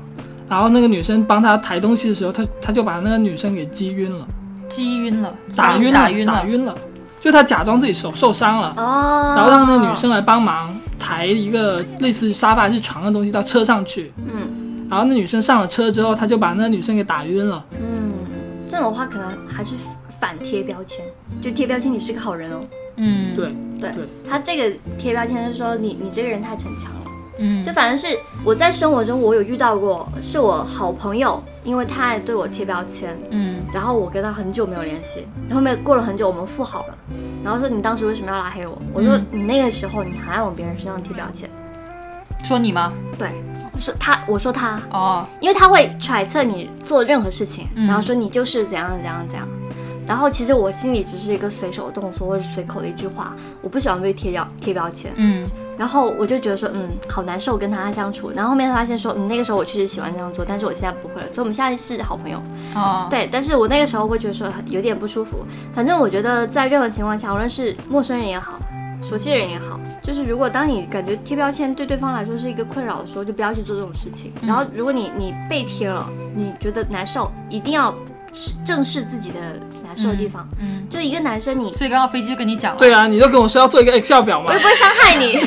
Speaker 2: 然后那个女生帮他抬东西的时候，他他就把那个女生给击晕了，
Speaker 1: 击晕了，
Speaker 2: 打晕了，
Speaker 1: 打晕了
Speaker 2: 打晕了，就他假装自己手受伤了，
Speaker 3: 哦，
Speaker 2: 然后让那个女，生来帮忙抬一个类似于沙发还是床的东西到车上去，
Speaker 3: 嗯。
Speaker 2: 然后那女生上了车之后，他就把那女生给打晕了。
Speaker 3: 嗯，这种话可能还是反贴标签，就贴标签你是个好人哦。
Speaker 1: 嗯，
Speaker 2: 对，
Speaker 3: 对
Speaker 2: 对
Speaker 3: 他这个贴标签是说你你这个人太逞强了，
Speaker 1: 嗯
Speaker 3: 就反正是我在生活中我有遇到过，是我好朋友，因为他也对我贴标签，
Speaker 1: 嗯
Speaker 3: 然后我跟他很久没有联系，然后后面过了很久我们复好了，然后说你当时为什么要拉黑我？我说
Speaker 1: 嗯
Speaker 3: 你那个时候你还要往别人身上贴标签，
Speaker 1: 说你吗？
Speaker 3: 对，说他我说他，
Speaker 1: 哦，
Speaker 3: 因为他会揣测你做任何事情，
Speaker 1: 嗯
Speaker 3: 然后说你就是怎样怎样怎样。然后其实我心里只是一个随手的动作或者随口的一句话，我不喜欢被贴标贴标签。
Speaker 1: 嗯
Speaker 3: 然后我就觉得说，嗯，好难受跟他相处。然后后面发现说，嗯，那个时候我确实喜欢这样做，但是我现在不会了，所以我们现在是好朋友。
Speaker 1: 哦，
Speaker 3: 对，但是我那个时候会觉得说很有点不舒服。反正我觉得在任何情况下，无论是陌生人也好，熟悉的人也好，就是如果当你感觉贴标签对对方来说是一个困扰的时候，就不要去做这种事情。然后如果你你被贴了，你觉得难受，一定要正视自己的难受的地方。
Speaker 1: 嗯，
Speaker 3: 就一个男 生你，
Speaker 1: 所以刚刚飞机就跟你讲了，
Speaker 2: 对啊，你就跟我说要做一个 Excel 表嘛
Speaker 3: 我，又不会伤害你。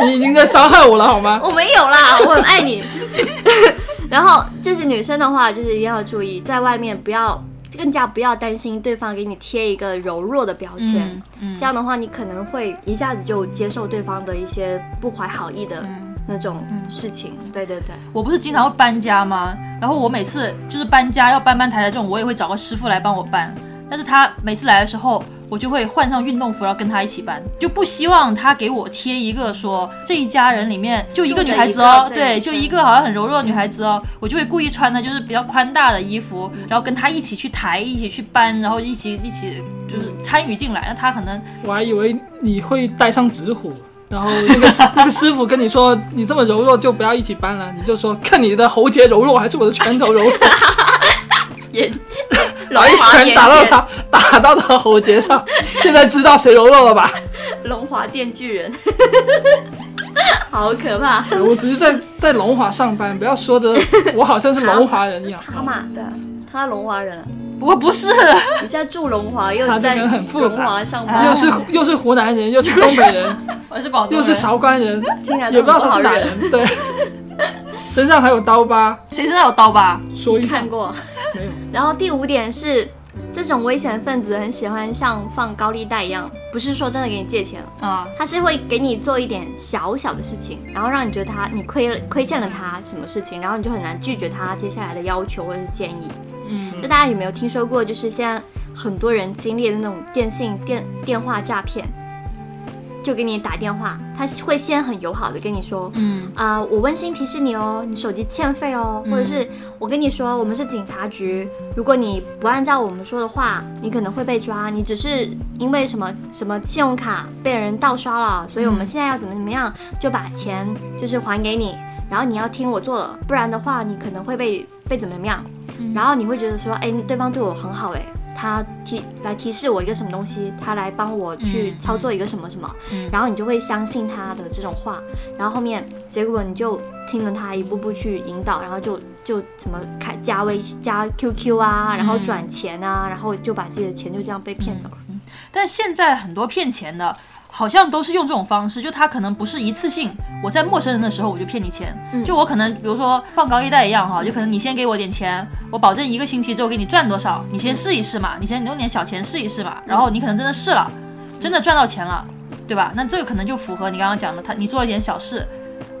Speaker 2: 你已经在伤害我了好吗？
Speaker 3: 我没有啦，我很爱你。 然后就是女生的话，就是一定要注意，在外面不要，更加不要担心对方给你贴一个柔弱的标签。
Speaker 1: 嗯嗯
Speaker 3: 这样的话，你可能会一下子就接受对方的一些不怀好意的
Speaker 1: 嗯。
Speaker 3: 那种事情。
Speaker 2: 嗯
Speaker 3: 对对对，
Speaker 1: 我不是经常会搬家吗？然后我每次就是搬家要搬搬抬抬这种，我也会找个师傅来帮我搬。但是他每次来的时候，我就会换上运动服，然后跟他一起搬，就不希望他给我贴一个说这一家人里面就一个女孩子
Speaker 3: 就这
Speaker 1: 哦，
Speaker 3: 一个
Speaker 1: 对，
Speaker 3: 对
Speaker 1: 就一个好像很柔弱的女孩子哦，我就会故意穿的就是比较宽大的衣服，然后跟他一起去抬，一起去搬，然后一起一起就是参与进来，那他可能
Speaker 2: 我还以为你会带上纸虎，然后那个师那个师傅跟你说你这么柔弱就不要一起搬了，你就说看你的喉结柔弱还是我的拳头柔弱，
Speaker 3: 也龙
Speaker 2: 打一
Speaker 3: 华
Speaker 2: 拳
Speaker 3: 电
Speaker 2: 打到
Speaker 3: 锯，
Speaker 2: 他打到他喉结上，现在知道谁柔弱了吧？
Speaker 3: 龙华电锯 人，好可怕！
Speaker 2: 我只是 在在龙华上班，不要说的我好像是龙华人一样。
Speaker 3: 他嘛，对啊，他龙华 人啊，
Speaker 1: 我不是，
Speaker 3: 你现在住龙华，又
Speaker 2: 他这
Speaker 3: 在
Speaker 2: 个很复杂哎
Speaker 3: 龙华上
Speaker 1: 啊
Speaker 3: 班，
Speaker 2: 又是又是湖南人，又是东北人，
Speaker 1: 我是广东
Speaker 2: 又
Speaker 1: 人，
Speaker 2: 是韶关人，
Speaker 3: 听起来
Speaker 2: 也
Speaker 3: 都
Speaker 2: 不知道
Speaker 3: 很不
Speaker 2: 他
Speaker 3: 好
Speaker 2: 是哪
Speaker 3: 惹。
Speaker 2: 人。 对，身上还有刀疤，
Speaker 1: 谁知道有刀疤？
Speaker 2: 说一下
Speaker 3: 看过。
Speaker 2: 没有？
Speaker 3: 然后第五点是，这种危险分子很喜欢像放高利贷一样，不是说真的给你借钱了，
Speaker 1: 啊，
Speaker 3: 他是会给你做一点小小的事情，然后让你觉得他你亏了亏欠了他什么事情，然后你就很难拒绝他接下来的要求或者是建议。
Speaker 1: 嗯，
Speaker 3: 就大家有没有听说过，就是现在很多人经历的那种电信电电话诈骗，就给你打电话，他会先很友好的跟你说，
Speaker 1: 嗯，
Speaker 3: 啊、我温馨提示你哦，你手机欠费哦，或者是我跟你说，我们是警察局，如果你不按照我们说的话，你可能会被抓，你只是因为什么什么信用卡被人盗刷了，所以
Speaker 1: 嗯
Speaker 3: 我们现在要怎么怎么样，就把钱就是还给你，然后你要听我做了，不然的话你可能会被被怎么怎么样，
Speaker 1: 嗯
Speaker 3: 然后你会觉得说，哎，对方对我很好，哎。他提来提示我一个什么东西，他来帮我去
Speaker 1: 嗯
Speaker 3: 操作一个什么什么，
Speaker 1: 嗯
Speaker 3: 然后你就会相信他的这种话，然后后面结果你就听了他一步步去引导，然后就就什么开加微加 QQ 啊，
Speaker 1: 嗯
Speaker 3: 然后转钱啊，然后就把自己的钱就这样被骗走了。
Speaker 1: 嗯但现在很多骗钱的，好像都是用这种方式，就他可能不是一次性，我在陌生人的时候我就骗你钱，
Speaker 3: 嗯
Speaker 1: 就我可能比如说放高利贷一样哈，就可能你先给我点钱，我保证一个星期之后给你赚多少，你先试一试嘛，你先用点小钱试一试
Speaker 3: 嗯
Speaker 1: 嘛，然后你可能真的试了，真的赚到钱了，对吧？那这个可能就符合你刚刚讲的，他你做了点小事，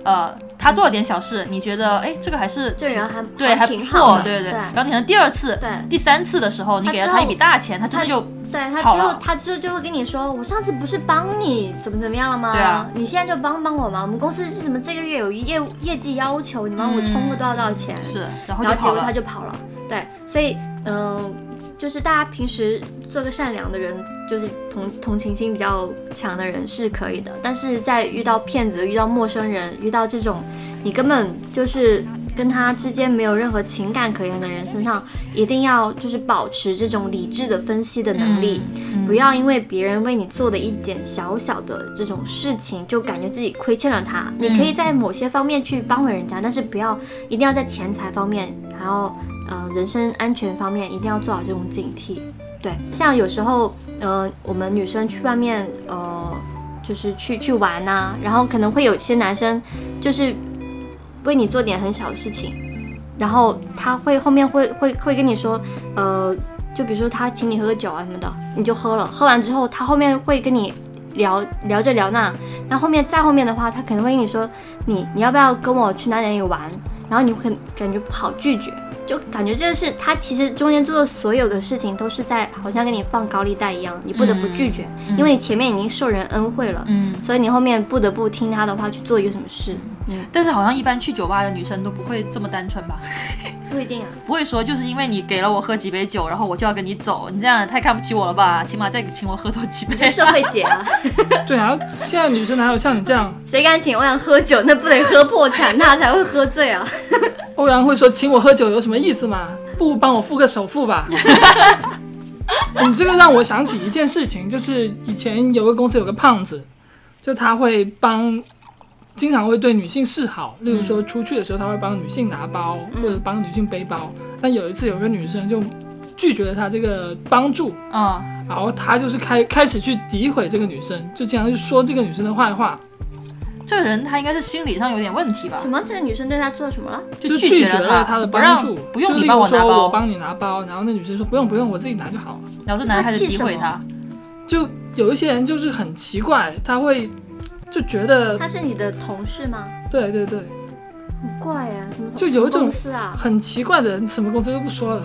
Speaker 1: 呃，他做了点小事，你觉得哎这个还是
Speaker 3: 这人还
Speaker 1: 对还不
Speaker 3: 挺好
Speaker 1: 错，
Speaker 3: 的，
Speaker 1: 对
Speaker 3: 对
Speaker 1: 然后你可能第二次、
Speaker 3: 对
Speaker 1: 第三次的时候，你
Speaker 3: 他
Speaker 1: 给了
Speaker 3: 之
Speaker 1: 他一
Speaker 3: 后
Speaker 1: 笔大钱，他真的
Speaker 3: 他
Speaker 1: 就
Speaker 3: 对他
Speaker 1: 好
Speaker 3: 之后
Speaker 1: 了
Speaker 3: 他之后就会跟你说，我上次不是帮你怎么怎么样了吗？
Speaker 1: 对啊
Speaker 3: 你现在就帮帮我嘛，我们公司是什么这个月有一业务业绩要求，你帮我充个多少多少钱，
Speaker 1: 是，然后
Speaker 3: 然
Speaker 1: 就
Speaker 3: 后结
Speaker 1: 跑
Speaker 3: 果
Speaker 1: 了
Speaker 3: 他。就跑了。对，所以嗯、就是大家平时做个善良的人，就是同同情心比较强的人是可以的，但是在遇到骗子、遇到陌生人、遇到这种你根本就是跟他之间没有任何情感可言的人身上，一定要就是保持这种理智的分析的能力，嗯不要因为别人为你做的一点小小的这种事情，就感觉自己亏欠了他。你可以在某些方面去帮回人家，但是不要一定要在钱财方面，还有呃人身安全方面，一定要做好这种警惕。对，像有时候，呃，我们女生去外面，呃，就是去去玩呐、然后可能会有些男生就是为你做点很小的事情，然后他会后面会会会跟你说，呃，就比如说他请你喝个酒啊什么的，你就喝了，喝完之后他后面会跟你聊聊着聊那，那后面再后面的话，他可能会跟你说，你你要不要跟我去哪里哪里玩？然后你会感觉不好拒绝，就感觉这个是他其实中间做的所有的事情都是在好像跟你放高利贷一样，你不得不拒绝，因为你前面已经受人恩惠了，
Speaker 1: 嗯，
Speaker 3: 所以你后面不得不听他的话去做一个什么事，
Speaker 1: 但是好像一般去酒吧的女生都不会这么单纯吧？
Speaker 3: 不一定啊。
Speaker 1: 不会说就是因为你给了我喝几杯酒，然后我就要跟你走，你这样也太看不起我了吧？起码再请我喝多 几杯。
Speaker 3: 社会姐啊，
Speaker 2: 对啊，现在女生哪有像你这样，
Speaker 3: 谁敢请问喝酒，那不得喝破产，那才会喝醉啊！
Speaker 2: 欧阳会说请我喝酒有什么意思嘛？不如帮我付个首付吧。你这个让我想起一件事情，就是以前有个公司有个胖子，就他会帮，经常会对女性示好，例如说出去的时候他会帮女性拿包或者帮女性背包。但有一次有个女生就拒绝了他这个帮助，
Speaker 1: 嗯
Speaker 2: 然后他就是开开始去诋毁这个女生，就经常去说这个女生的坏话，
Speaker 1: 这个人他应该是心理上有点问题吧
Speaker 3: 什？么？这个女生对他做什么了？
Speaker 2: 就
Speaker 1: 拒
Speaker 2: 拒
Speaker 1: 绝
Speaker 2: 绝
Speaker 1: 了
Speaker 2: 了他的
Speaker 1: 不
Speaker 2: 帮
Speaker 1: 让
Speaker 2: 助，
Speaker 1: 不用
Speaker 2: 就
Speaker 1: 你
Speaker 2: 例
Speaker 1: 帮
Speaker 2: 如
Speaker 1: 拿
Speaker 2: 说我
Speaker 1: 包，
Speaker 2: 帮你拿包，然后那女生说不用不用，我自己拿就好了。
Speaker 1: 然后这男的开始
Speaker 3: 他气
Speaker 1: 诋
Speaker 3: 什么
Speaker 1: 毁他。
Speaker 2: 就有一些人就是很奇怪，他会就觉得
Speaker 3: 他是你的同事吗？
Speaker 2: 对对对，
Speaker 3: 很怪啊，什么
Speaker 2: 就有一种
Speaker 3: 公司啊？
Speaker 2: 很奇怪的人，什么公司都不说了，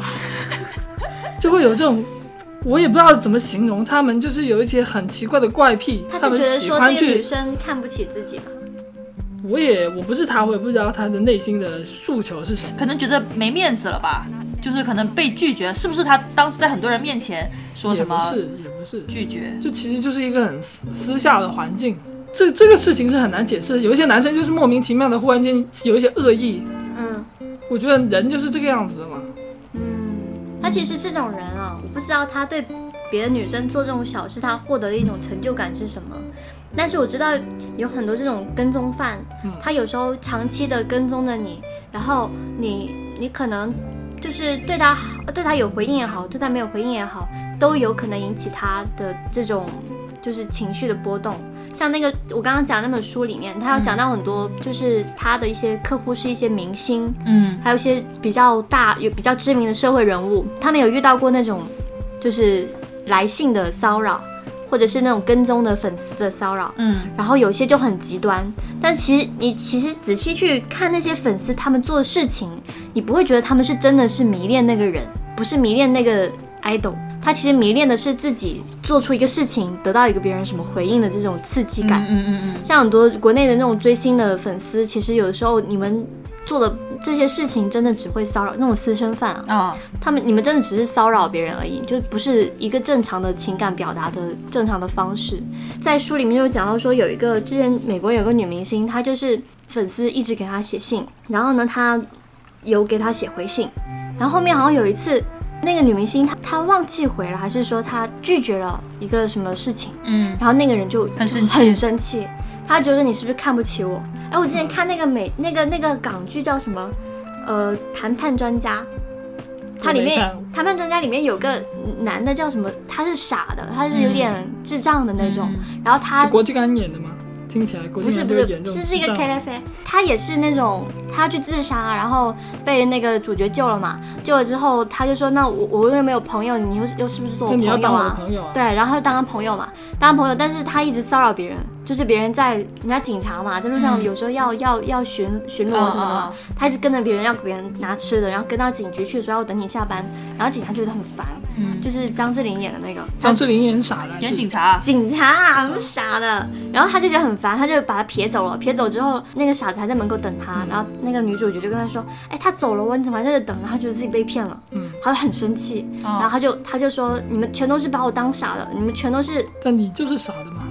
Speaker 2: 就会有这种我也不知道怎么形容他们，就是有一些很奇怪的怪癖，
Speaker 3: 他
Speaker 2: 他
Speaker 3: 是觉
Speaker 2: 们
Speaker 3: 得
Speaker 2: 喜
Speaker 3: 说
Speaker 2: 欢
Speaker 3: 这个女
Speaker 2: 去。
Speaker 3: 生看不起自己啊嘛？
Speaker 2: 我也我不是他，我也不知道他的内心的诉求是什么。
Speaker 1: 可能觉得没面子了吧，就是可能被拒绝，是不是他当时在很多人面前说
Speaker 2: 也
Speaker 1: 什
Speaker 2: 不
Speaker 1: 么
Speaker 2: 是，也不是，
Speaker 1: 拒绝？
Speaker 2: 就其实就是一个很私私下的环境。这这个事情是很难解释，有一些男生就是莫名其妙的忽然间有一些恶意，
Speaker 3: 嗯
Speaker 2: 我觉得人就是这个样子的嘛。
Speaker 3: 嗯，他其实这种人啊，我不知道他对别的女生做这种小事，他获得的一种成就感是什么。但是我知道有很多这种跟踪犯，
Speaker 2: 嗯
Speaker 3: 他有时候长期的跟踪着你，然后你你可能就是对他好，对他有回应也好，对他没有回应也好，都有可能引起他的这种就是情绪的波动。像那个我刚刚讲那本书里面，他有讲到很多，就是他的一些客户是一些明星，
Speaker 1: 嗯，
Speaker 3: 还有一些比较大、有比较知名的社会人物，他们有遇到过那种就是来信的骚扰，或者是那种跟踪的粉丝的骚扰。
Speaker 1: 嗯，
Speaker 3: 然后有些就很极端，但其实你其实仔细去看那些粉丝他们做的事情，你不会觉得他们是真的是迷恋那个人，不是迷恋那个 idol，他其实迷恋的是自己做出一个事情，得到一个别人什么回应的这种刺激感。
Speaker 1: 嗯嗯嗯嗯，
Speaker 3: 像很多国内的那种追星的粉丝，其实有的时候你们做的这些事情，真的只会骚扰那种私生饭啊，
Speaker 1: 啊，
Speaker 3: 他们你们真的只是骚扰别人而已，就不是一个正常的情感表达的正常的方式。在书里面就讲到说，有一个之前美国有个女明星，她就是粉丝一直给她写信，然后呢，她有给她写回信，然后后面好像有一次。那个女明星她她忘记回了，还是说她拒绝了一个什么事情？
Speaker 1: 嗯，
Speaker 3: 然后那个人就
Speaker 1: 很生气
Speaker 3: 很生气，他觉得你是不是看不起我？哎，我之前看那个美那个那个港剧叫什么？呃，谈判专家，它里面
Speaker 2: 我没看
Speaker 3: 谈判专家里面有个男的叫什么？他是傻的，他是有点智障的那种。
Speaker 1: 嗯
Speaker 3: 然后他
Speaker 2: 是郭靖安演的吗？听起来郭
Speaker 3: 不
Speaker 2: 靖
Speaker 3: 是
Speaker 2: 安
Speaker 3: 啊不
Speaker 2: 就是是严，重
Speaker 3: 是是
Speaker 2: 智
Speaker 3: 一个
Speaker 2: 障
Speaker 3: K F A，他也是那种他去自杀，然后被那个主角救了嘛，救了之后他就说那我我又没有朋友，你又又是不是做我
Speaker 2: 那
Speaker 3: 朋
Speaker 2: 你要
Speaker 3: 友
Speaker 2: 当我的
Speaker 3: 啊？
Speaker 2: 朋友啊？
Speaker 3: 对，然后当朋友嘛，当朋友，但是他一直骚扰别人，就是别人在人家警察嘛，在路上
Speaker 1: 嗯
Speaker 3: 有时候要、要要巡巡逻
Speaker 1: 啊
Speaker 3: 什么的，
Speaker 1: 啊
Speaker 3: 他一直跟着别人要给别人拿吃的，然后跟到警局去说要等你下班，然后警察觉得很烦，
Speaker 1: 嗯，
Speaker 3: 就是张智霖演的那个
Speaker 2: 张智霖演傻了，
Speaker 1: 演
Speaker 2: 是
Speaker 1: 警察，
Speaker 3: 警察啊，那么傻的，然后他就觉得很烦，他就把他撇走了。撇走之后，那个傻子还在门口等他，然后那个女主角就跟他说：“哎，他走了，我你怎么还在这等？”他觉得自己被骗了，
Speaker 2: 嗯
Speaker 3: 他就很生气，然后
Speaker 1: 啊，
Speaker 3: 他就他就说：“你们全都是把我当傻的，你们全都是
Speaker 2: 但你就是傻的嘛。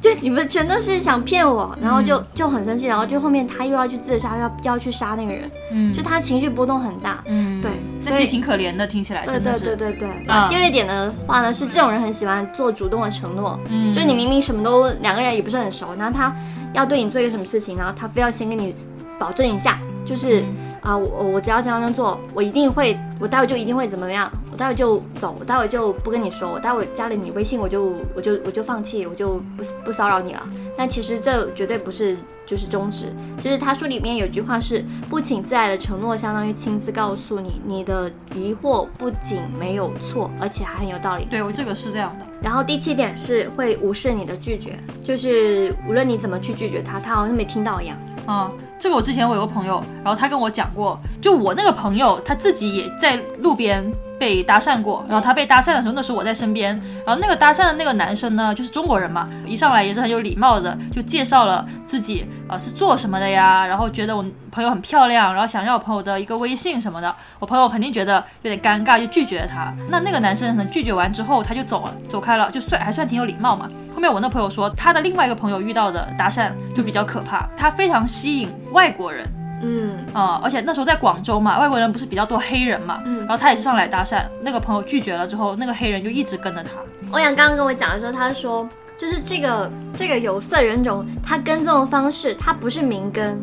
Speaker 3: 就你们全都是想骗我，然后就
Speaker 1: 嗯
Speaker 3: 就很生气，然后就后面他又要去自杀，要要去杀那个人，
Speaker 1: 嗯
Speaker 3: 就，他情绪波动很大。
Speaker 1: 嗯，
Speaker 3: 对，
Speaker 1: 那
Speaker 3: 所
Speaker 1: 其实
Speaker 3: 以
Speaker 1: 挺可怜的，听起来
Speaker 3: 对
Speaker 1: 真的
Speaker 3: 对
Speaker 1: 是，
Speaker 3: 对对对。
Speaker 1: 啊
Speaker 3: 第二点的话呢，是这种人很喜欢做主动的承诺，
Speaker 1: 嗯
Speaker 3: 就是你明明什么都两个人也不是很熟，然后他要对你做一个什么事情，然后他非要先跟你保证一下，就是啊、我我只要这样这样做，我一定会，我待会就一定会怎么样，我待会就走，我待会就不跟你说，我待会加了你微信，我就我就我就放弃，我就不不骚扰你了。但其实这绝对不是就是宗旨，就是他书里面有句话是“不请自来的承诺，相当于亲自告诉你你的疑惑不仅没有错，而且还很有道理。”
Speaker 1: 对我这个是这样的，
Speaker 3: 然后第七点是会无视你的拒绝，就是无论你怎么去拒绝他，他好像没听到一样。
Speaker 1: 啊、这个我之前我有个朋友，然后他跟我讲过，就我那个朋友他自己也在路边被搭讪过，然后他被搭讪的时候，那时候我在身边，然后那个搭讪的那个男生呢，就是中国人嘛，一上来也是很有礼貌的，就介绍了自己呃是做什么的呀，然后觉得我朋友很漂亮，然后想让我朋友的一个微信什么的，我朋友肯定觉得有点尴尬，就拒绝了他。那那个男生可能拒绝完之后，他就走了，走开了，就算还算挺有礼貌嘛。后面我那朋友说，他的另外一个朋友遇到的搭讪就比较可怕，他非常吸引外国人
Speaker 3: 嗯
Speaker 1: 啊、而且那时候在广州嘛，外国人不是比较多黑人嘛，
Speaker 3: 嗯
Speaker 1: 然后他也是上来搭讪，那个朋友拒绝了之后，那个黑人就一直跟着他，
Speaker 3: 欧阳刚刚跟我讲的时候，他说就是这个这个有色人种，他跟踪的方式，他不是明跟，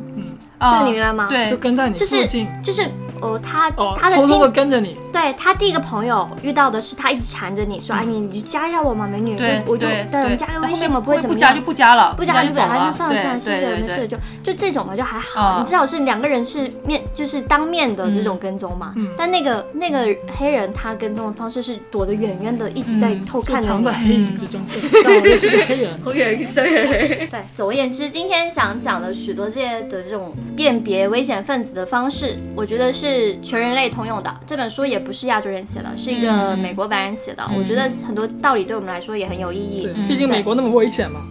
Speaker 1: 啊、
Speaker 3: 就你明白吗？，
Speaker 2: 就
Speaker 1: 对，
Speaker 2: 跟在你
Speaker 3: 就
Speaker 2: 附
Speaker 3: 是
Speaker 2: 近，
Speaker 3: 就是哦，他、
Speaker 2: 哦，
Speaker 3: 他的
Speaker 2: 偷
Speaker 3: 经
Speaker 2: 偷的跟着你，
Speaker 3: 对他第一个朋友遇到的是他一直缠着你说，哎，你你就加一下我嘛，美女，就
Speaker 1: 嗯对
Speaker 3: 我就
Speaker 1: 对
Speaker 3: 我们加个微信嘛，
Speaker 1: 不
Speaker 3: 不会怎
Speaker 1: 不
Speaker 3: 么
Speaker 1: 加
Speaker 3: 样
Speaker 1: 就。不加了，
Speaker 3: 不加
Speaker 1: 就
Speaker 3: 就
Speaker 1: 走
Speaker 3: 走
Speaker 1: 了，
Speaker 3: 了，哎算了算了，
Speaker 1: 对
Speaker 3: 谢谢，没
Speaker 1: 对
Speaker 3: 事，
Speaker 1: 对
Speaker 3: 就就这种嘛，就还好。
Speaker 1: 嗯
Speaker 3: 你至少是两个人是面，就是当面的这种跟踪嘛。
Speaker 2: 嗯
Speaker 3: 但那个那个黑人他跟踪的方式是躲得远远的，一直在
Speaker 1: 嗯
Speaker 3: 偷
Speaker 2: 就
Speaker 3: 看着
Speaker 2: 藏
Speaker 3: 你。嗯
Speaker 2: 在黑影之中， 但我就是个黑 人。
Speaker 1: 好眼生，
Speaker 3: 对，总而言之，今天想讲的许多这些的这种辨别危险分子的方式，我觉得是全人类通用的。这本书也不是亚洲人写的，是一个
Speaker 1: 嗯
Speaker 3: 美国白人写的。我觉得很多道理对我们来说也很有意义。
Speaker 2: 对，毕竟美国那么危险嘛。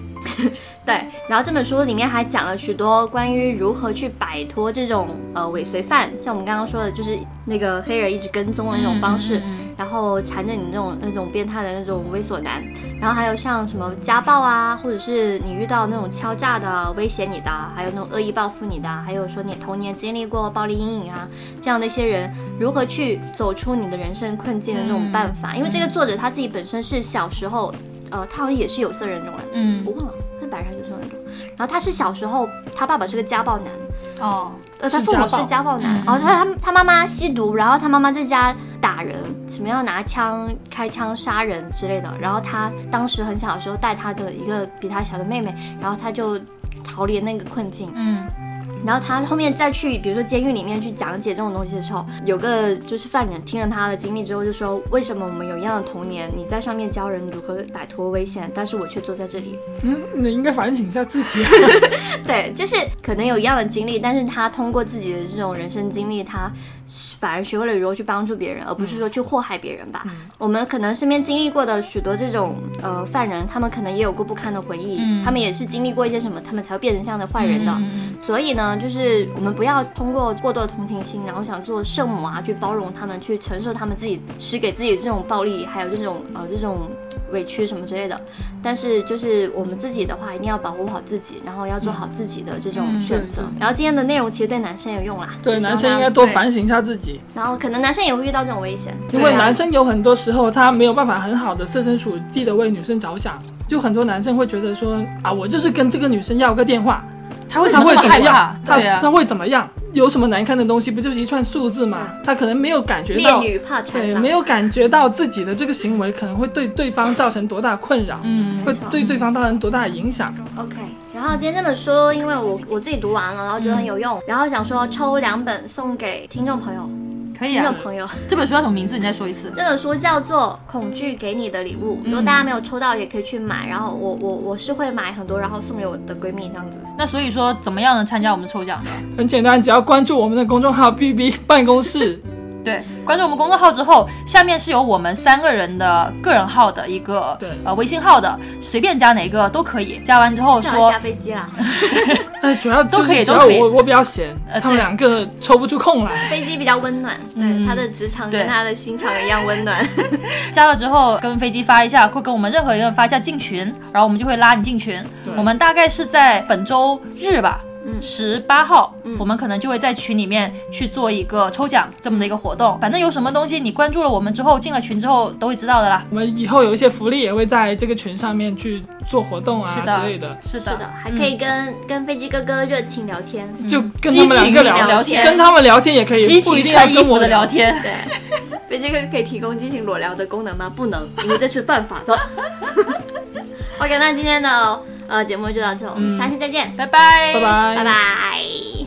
Speaker 3: 对，然后这本书里面还讲了许多关于如何去摆脱这种呃尾随犯，像我们刚刚说的，就是那个黑人一直跟踪的那种方
Speaker 1: 嗯
Speaker 3: 式，然后缠着你那种那种变态的那种猥琐男，然后还有像什么家暴啊，或者是你遇到那种敲诈的威胁你的，还有那种恶意报复你的，还有说你童年经历过暴力阴影啊，这样的一些人如何去走出你的人生困境的那种办法，因为这个作者他自己本身是小时候，呃，他好像也是有色人种来的。啊
Speaker 1: 嗯
Speaker 3: 我忘了，他是白人还是有色人种。然后他是小时候，他爸爸是个家暴男，
Speaker 1: 哦，
Speaker 3: 呃，他
Speaker 2: 是
Speaker 3: 父母
Speaker 2: 家
Speaker 3: 是
Speaker 2: 暴
Speaker 3: 家暴男
Speaker 1: 嗯，
Speaker 3: 然后他他他妈妈吸毒，然后他妈妈在家打人，什么要拿枪开枪杀人之类的。然后他当时很小的时候带他的一个比他小的妹妹，然后他就逃离那个困境。
Speaker 1: 嗯
Speaker 3: 然后他后面再去，比如说监狱里面去讲解这种东西的时候，有个就是犯人听了他的经历之后，就说为什么我们有一样的童年？你在上面教人如何摆脱危险，但是我却坐在这里。
Speaker 2: 嗯，你应该反省一下自 己。啊
Speaker 3: 对，就是可能有一样的经历，但是他通过自己的这种人生经历，他反而学会了如何去帮助别人，而不是说去祸害别人
Speaker 1: 嗯
Speaker 3: 吧。我们可能身边经历过的许多这种呃犯人，他们可能也有过不堪的回忆，
Speaker 1: 嗯
Speaker 3: 他们也是经历过一些什么，他们才会变成这样的坏人的。
Speaker 1: 嗯
Speaker 3: 所以呢，就是我们不要通过过多的同情心，然后想做圣母啊，去包容他们，去承受他们自己施给自己的这种暴力，还有这种呃这种委屈什么之类的。但是就是我们自己的话，一定要保护好自己，然后要做好自己的这种选择。然后今天的内容其实对男生有用啦，
Speaker 2: 嗯对，
Speaker 3: 就希望
Speaker 2: 男生应该
Speaker 3: 大家
Speaker 2: 多反省一下自己，
Speaker 3: 然后可能男生也会遇到这种危险，
Speaker 2: 因
Speaker 3: 对
Speaker 2: 为
Speaker 3: 啊
Speaker 2: 男生有很多时候他没有办法很好的设身处地的为女生着想，就很多男生会觉得说啊，我就是跟这个女生要个电话，
Speaker 1: 他为什
Speaker 2: 他
Speaker 1: 么
Speaker 2: 会
Speaker 1: 那
Speaker 2: 怎
Speaker 1: 么害
Speaker 2: 么样
Speaker 1: 怕？？
Speaker 2: 他
Speaker 1: 对啊
Speaker 2: 他，会怎么样？有什么难看的东西？不就是一串数字嘛？
Speaker 1: 啊
Speaker 2: 他可能没有感觉
Speaker 3: 啊烈
Speaker 2: 到，
Speaker 3: 女怕缠
Speaker 2: 对，
Speaker 3: 郎
Speaker 2: 没。有感觉到自己的这个行为可能会对对方造成多大困扰，
Speaker 1: 嗯
Speaker 2: 会
Speaker 3: 错
Speaker 2: 对对方造成多大的影响。
Speaker 3: OK，然后今天这本书，因为我我自己读完了，然后觉得很有用，然后想说抽两本送给听众朋友，
Speaker 1: 可以
Speaker 3: 听
Speaker 1: 啊
Speaker 3: 众。朋友。
Speaker 1: 这本书叫什么名字？你再说一次。
Speaker 3: 这本书叫做《恐惧给你的礼物》，如
Speaker 1: 嗯
Speaker 3: 果大家没有抽到，也可以去买。然后我我我是会买很多，然后送给我的闺蜜这样子。
Speaker 1: 那所以说，怎么样能参加我们抽奖呢？
Speaker 2: 很简单，只要关注我们的公众号 “B B 办公室
Speaker 1: 对，关注我们公众号之后，下面是有我们三个人的个人号的一个
Speaker 2: 对
Speaker 1: 呃微信号的，随便加哪个都可以。加完之后
Speaker 3: 正好
Speaker 1: 说
Speaker 3: 加，飞机啦，”。
Speaker 2: 哎，主要
Speaker 1: 都
Speaker 2: 就
Speaker 1: 可
Speaker 2: 是
Speaker 1: 以
Speaker 2: 主
Speaker 1: 都
Speaker 2: 要
Speaker 1: 可以
Speaker 2: 我我比较闲，
Speaker 1: 呃
Speaker 2: 他们
Speaker 1: 对
Speaker 2: 两个抽不出空来。
Speaker 3: 飞机比较温暖，对，
Speaker 1: 嗯
Speaker 3: 她的职场
Speaker 1: 对
Speaker 3: 跟她的心肠一样温 暖。
Speaker 1: 加了之后跟飞机发一下，或跟我们任何一个人发一下进群，然后我们就会拉你进群
Speaker 2: 对。
Speaker 1: 我们大概是在本周日吧。
Speaker 3: 嗯
Speaker 1: 十八号
Speaker 3: 嗯，
Speaker 1: 我们可能就会在群里面去做一个抽奖这么的一个活动。反正有什么东西，你关注了我们之后，进了群之后都会知道的啦。
Speaker 2: 我们以后有一些福利也会在这个群上面去做活动啊
Speaker 1: 是的
Speaker 2: 之类的，
Speaker 1: 是
Speaker 3: 是
Speaker 1: 的
Speaker 3: 的，，还可以跟、跟飞机哥哥热情聊天。
Speaker 1: 嗯
Speaker 2: 就跟他们两
Speaker 3: 激
Speaker 2: 个
Speaker 3: 情聊
Speaker 1: 天
Speaker 2: 跟他们聊天也可以，
Speaker 1: 激
Speaker 2: 不一
Speaker 1: 情
Speaker 2: 定要
Speaker 1: 穿衣
Speaker 2: 跟
Speaker 1: 服
Speaker 2: 我
Speaker 1: 的聊。天。
Speaker 3: 对，飞机哥哥可以提供激情裸聊的功能吗？不能，因为这是犯 法的。OK，那今天的呃节目就到这，我们下期再见，
Speaker 1: 嗯拜拜，
Speaker 2: 拜拜，
Speaker 3: 拜拜